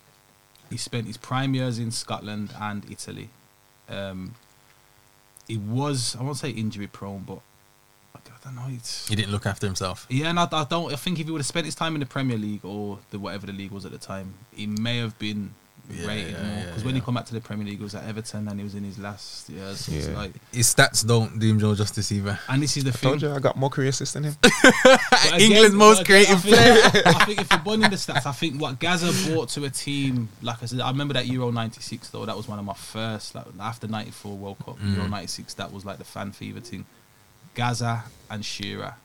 he spent his prime years in Scotland and Italy. Um, he was I won't say injury prone, but I don't know. It's he didn't look after himself. yeah, and I, I don't. I think if he would have spent his time in the Premier League or the whatever the league was at the time, he may have been Yeah, rated yeah, more. yeah, Because when he yeah. come back to the Premier League, he was at Everton and he was in his last years. So it's Yeah. like, His stats don't do him no justice either. and this is the Told thing. you I got more career assists than him. But again- England's most but again, creative I player. think- I think if you're bonding the stats, I think what Gaza brought to a team, like I said, I remember that Euro '96 though. That was one of my first, like after '94 World Cup, Mm. Euro '96. That was like the fan fever thing. Gaza and Shearer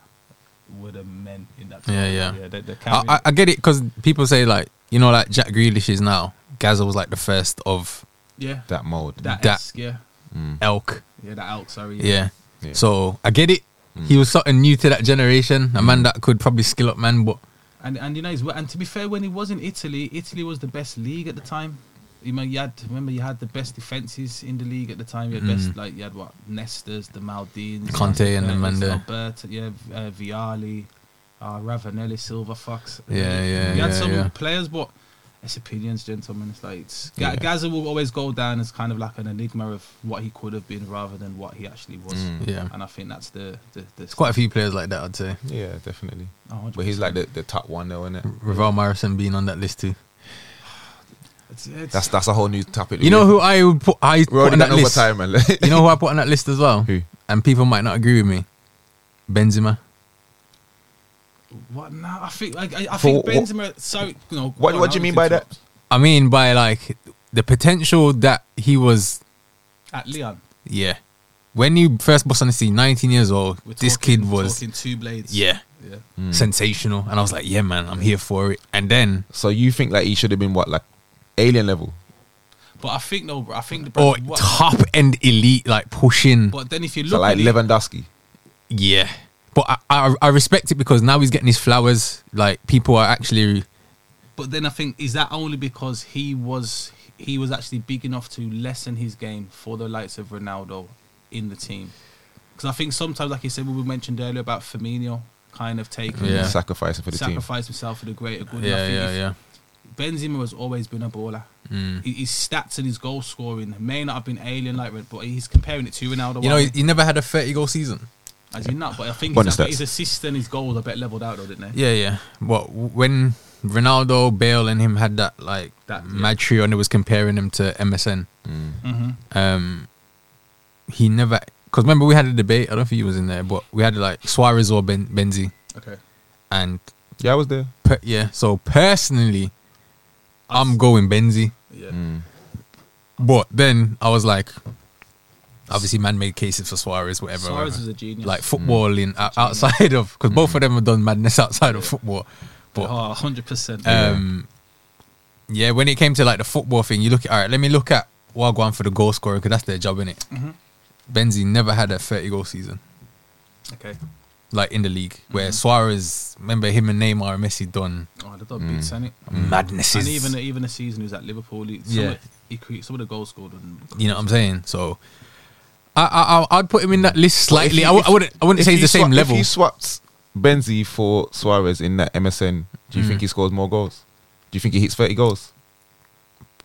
were the men in that. Yeah, tournament. yeah. yeah they, they I, carried I, I get it because people say like you know like Jack Grealish is now. Gaza was like the first of Yeah, That mode. that, that- Esk, yeah, Mm. elk. yeah, that elk. Sorry, Yeah. Yeah. Mm. So I get it. He was something new to that generation. A man that could probably skill up, man. But And and you know, he's, and to be fair, when he was in Italy, Italy was the best league at the time. You know, you had remember you had the best defenses in the league at the time. You had best like you had what Nesta's, the Maldini, Mm. Conte and Alberto, Amanda. Alberto, yeah, uh, Viali, uh, Ravanelli, Silver Fox. Yeah, yeah, You had yeah, some yeah. players, but it's opinions, gentlemen. It's like it's, Ga- Gaza will always go down as kind of like an enigma of what he could have been rather than what he actually was. Mm. yeah, And I think that's the the, the it's quite a few players like that. I'd say Yeah, definitely. Oh, 100%. But he's like the, the top one though, isn't it? Raval Morrison being on that list too. It's- it's- That's that's a whole new topic. You know who I would put I We're put already on that done list. overtime, man. You know who I put on that list as well. Who? And people might not agree with me. Benzema. What now? I think like, I, For I think what- Benzema. sorry, you know. What- go what on, do you I mean was by that? interrupted. I mean by like the potential that he was At Leon, Yeah. When you first bust on the scene, 19 years old, we're this talking- kid was talking two blades. yeah, yeah. Mm. sensational. And I was like, yeah, man, I'm here for it. And then, so you think like he should have been what like alien level? But I think no, bro. I think the or what- top end elite, like pushing. But then if you look Oh, So like at it, Lewandowski. yeah. But I, I, I respect it because now he's getting his flowers. Like, people are actually. but then I think is that only because he was he was actually big enough to lessen his game for the likes of Ronaldo in the team? Because I think sometimes, like you said, what we mentioned earlier about Firmino, kind of taking Yeah. Sacrificing for the team. sacrifice himself for the greater good. And I Yeah, think yeah, if- yeah. Benzema has always been a baller. Mm. His- His stats and his goal scoring may not have been alien like, Ren- but he's comparing it to Ronaldo. You know, aren't he, we? he never had a 30 goal season. as in not, but I think Bonus his, I think stats. his assists and his goals are better leveled out though, didn't they? Yeah, yeah. But when Ronaldo, Bale, and him had that, like, That- yeah. mad trio and it was comparing him to MSN. Mm-hmm. um, he never. Because remember we had a debate. I don't think he was in there, but we had like Suarez or ben, Benzi, Okay. and Yeah, I was there. per, yeah. So personally, I'm going Benzi. Yeah. But then I was like, obviously, man made cases for Suarez, whatever. Suarez whatever. is a genius. Like football in o- outside of because both of them have done madness outside of football. But Oh, 100%. um, yeah. when it came to like the football thing, you look at all right. Let me look at Wagwan for the goal scorer because that's their job, innit? Benzi never had a thirty goal season okay. like in the league where Suarez. Remember him and Neymar and Messi done Oh, they've done Mm. big Senate. madnesses. Mm. And even even the season he was at Liverpool, he, some, Yeah. of, he cre- some of the goals scored. And, You know what I'm saying? So I, I, I- I'd put him in that list But if slightly. he- I w- if- I wouldn't. I wouldn't if say he's he the same swa- level. If he swapped Benzi for Suarez in that MSN, do Hmm. you think he scores more goals? Do you think he hits 30 goals?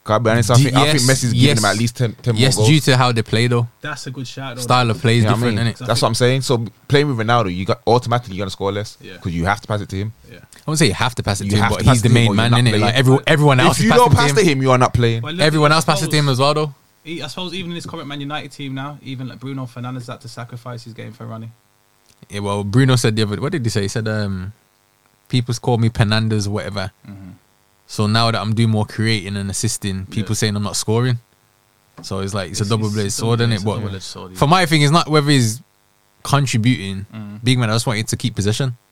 Can't be honest, I D- think, I think yes, Messi's yes. giving him at least 10, 10 yes, more due goals. to how they play though, that's a good shout. though. style of play is You know what I different, mean? innit? That's what I'm saying. So playing with Ronaldo, you got automatically you're gonna score less Yeah. because you have to pass it to him. Yeah. I wouldn't say you have to pass it You to him, have but to pass he's it the to him main or you're man not in it. playing. Like everyone, everyone else. if you is don't passing pass to him, you are not playing. Well, look, everyone I else passes to him suppose- as well, though. he- I suppose even in this current Man United team now, even like Bruno Fernandes had to sacrifice his game for Ronnie. Yeah, well, Bruno said the other. What did he say? He said, um, "People's call me Penandas, whatever." So now that I'm doing more creating and assisting, people Yeah. saying I'm not scoring. So it's like it's, It's- a double it's bladed a sword, isn't double- it's it? a But double-edged sword, yeah. for my thing, it's not whether he's contributing. Big man, I just want you to keep possession.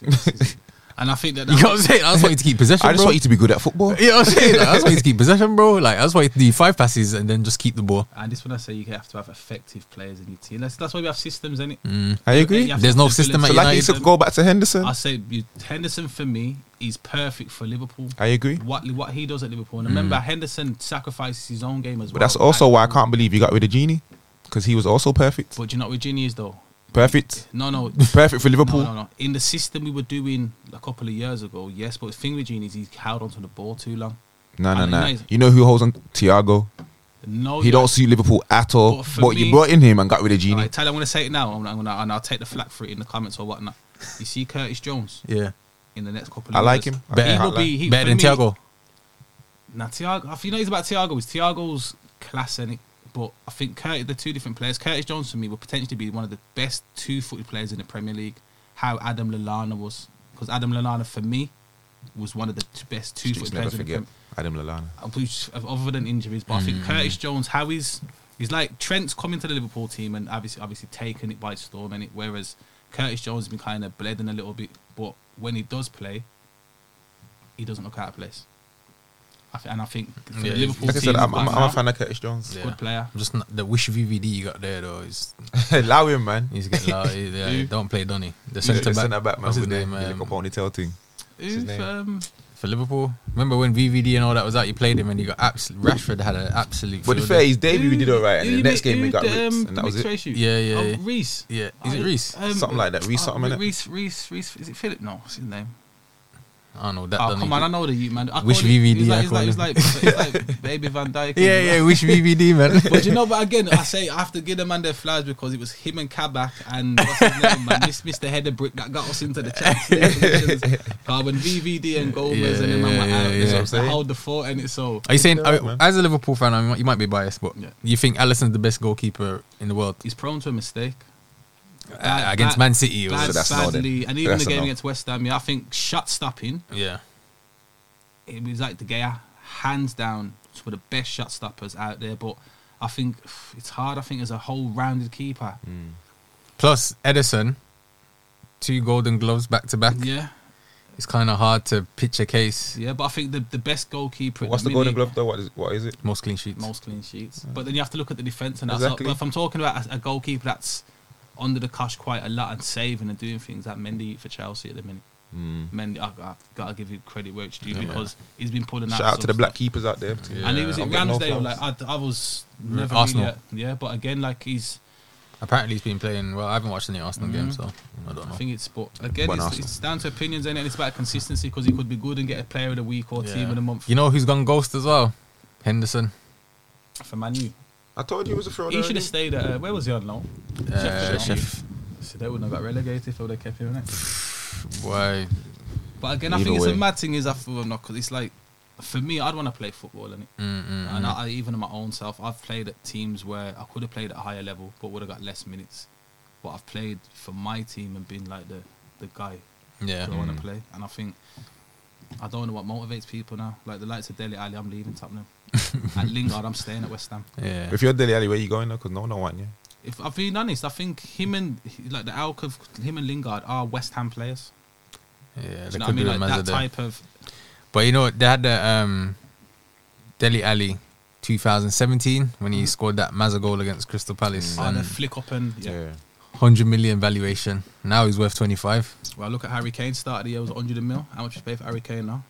and I think that, You that know what I'm saying? I just want you to keep possession. I just bro. want you to be good at football. You know what I'm saying? Like, I just want you to keep possession, bro. Like I just want you to do five passes and then just keep the ball. and this when I say you have to have effective players in your team. That's, that's why we have systems, innit? I agree. You have to Mm. There's have no the system ability- So at like you United- should go back to Henderson. I say you, Henderson for me is perfect for Liverpool. I agree. What what he does at Liverpool, and remember Mm. Henderson sacrifices his own game as well. But that's also why I can't believe you got rid of Genie because he was also perfect. But do you know what Virginia is though? Perfect. No, no, Perfect for Liverpool. No, no, no. In the system we were doing a couple of years ago, yes, but the thing with Gene is he's held onto the ball too long. No, no, And no. nice. You know who holds on? Thiago. No, He you- don't suit Liverpool at all. Oh, But for But you me- brought in him and got rid of All Genie. right, Tyler, I'm gonna say it now, and I'm gonna and I'll take the flak for it in the comments or whatnot. You see Curtis Jones Yeah, in the next couple. of I like years. him. Better- He I will can't lie. be he, better for than me- Thiago. Now Thiago, I think you know he's about Thiago. It's Thiago's class, and but I think Curtis, they're two different players. Curtis Jones for me will potentially be one of the best two-footed players in the Premier League. How Adam Lallana was, because Adam Lallana for me was one of the t- best Streets two-footed never players in the forget Premier. Adam Lallana. which other than injuries, but I Mm. think Curtis Jones, how he's he's like Trent's coming to the Liverpool team and obviously obviously taken it by storm, and it whereas Curtis Jones has been kind of bleeding a little bit, but when he does play, he doesn't look out of place. I th- and I think for the Yeah, Liverpool Like I team, said, I'm, right I'm, I'm a now, fan of Curtis Jones. good player. I'm just not, the wish VVD you got there though is Allow him, man. He's getting loud. He- yeah, Who? don't play Donny. The He's centre the back. centre back, man, What's with his the name? the little Um, ponytail thing. his Who's, name? um, for Liverpool. Remember when VVD and all that was out? You played him and he got absolute. Rashford had an absolute. But to be field fair, day. his debut we did all right, and who the next mi- game we who got the, ripped, um, and that was mixed it. race you- Yeah, yeah, Oh, yeah. Reese. Yeah. Is it I- Reese? Something like that. Reese uh, something, innit? Reese, Reese, Reese. Is it Philip? No, what's his name? I don't know that. Oh Donny. come on, I know the you man. I Which call it- VVD He's I like, he's call like, he's him. like, he's like baby Van Dyke. Yeah, yeah. Wish VVD man. But you know, but again, I say I have to give the man their flowers because it was him and Kabak and what's his name, man, this Mr. Header Brick that got us into the Champions League. when VVD and Gomez Yeah, and them man were yeah, out, yeah, it's yeah. just Yeah. they hold the fort and it's so. Are you saying Yeah, I- man. as a Liverpool fan, I mean, you might be biased, but Yeah. you think Allison's the best goalkeeper in the world He's prone to a mistake. uh, Bad- against bad- Man City? Or, Bad, So that's no then. badly, and even That's the a game no. against West Ham, yeah, I think shot stopping. yeah, it was like De Gea, hands down, it's one of the best shot stoppers out there. But I think it's hard. I think as a whole rounded keeper, Mm. plus Edison, two Golden Gloves back to back. yeah, It's kind of hard to pitch a case. yeah. But I think the, the best goalkeeper. at What's the minute- Golden Glove though? What is what is it? Most clean sheets. Most clean sheets. But then you have to look at the defense, and that's Exactly. but if I'm talking about a, a goalkeeper that's under the cosh quite a lot and saving and doing things, that Mendy for Chelsea at the minute. Mm. Mendy, I, I've got to give you credit where it's due because he's been pulling out. Shout out to some the stuff. black keepers out there. And he was Yeah, in I'm getting no Mm. Ramsdale. flowers. Like I, I was never Arsenal. really, a- yeah. But again, like he's. Apparently, he's been playing well. I haven't watched any Arsenal game, so I don't Mm-hmm. I Oh. know. think it's but again, Why it's, not? it's down to opinions innit? and it's about consistency because he could be good and get a player of the week or team of the month You know who's gone ghost as well? Henderson. for Manu. I told you it was a fraud. He should already. have stayed at uh, where was he on loan? Uh, Sheffield. chef. So they wouldn't have got relegated if they would have kept him. Innit? Why? But again, I Either think it's way. a mad thing. Is I feel not because it's like for me, I'd want to play football innit? Mm-hmm. and I, I, even my own self, I've played at teams where I could have played at a higher level but would have got less minutes. But I've played for my team and been like the the guy Yeah. I want to play. And I think I don't know what motivates people now. Like the likes of Deli Ali, I'm leaving Tottenham. At Lingard, I'm staying at West Ham. Yeah. If you're Deli Ali, where you going? Because no, no one. Yeah. If I'm being honest, I think him and like the elk of him and Lingard are West Ham players. Yeah, Do you they know what I could mean? do Like them as a that day. type of But you know what? They had the um, Deli Ali 2017 when Mm-hmm. he scored that Mazza goal against Crystal Palace. on and a oh, flick up and yeah. Hundred million valuation. Now he's worth twenty five. Well, look at Harry Kane. Start of the year was 100 mil. How much you pay for Harry Kane now?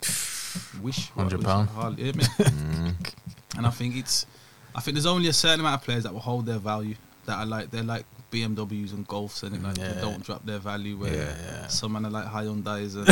Wish £100 what- pound. hardly- yeah, man. and I think it's, I think there's only a certain amount of players that will hold their value. That are like they're like BMWs and Golfs and it like Yeah. they don't drop their value. Where Yeah, yeah. some men are like Hyundai's and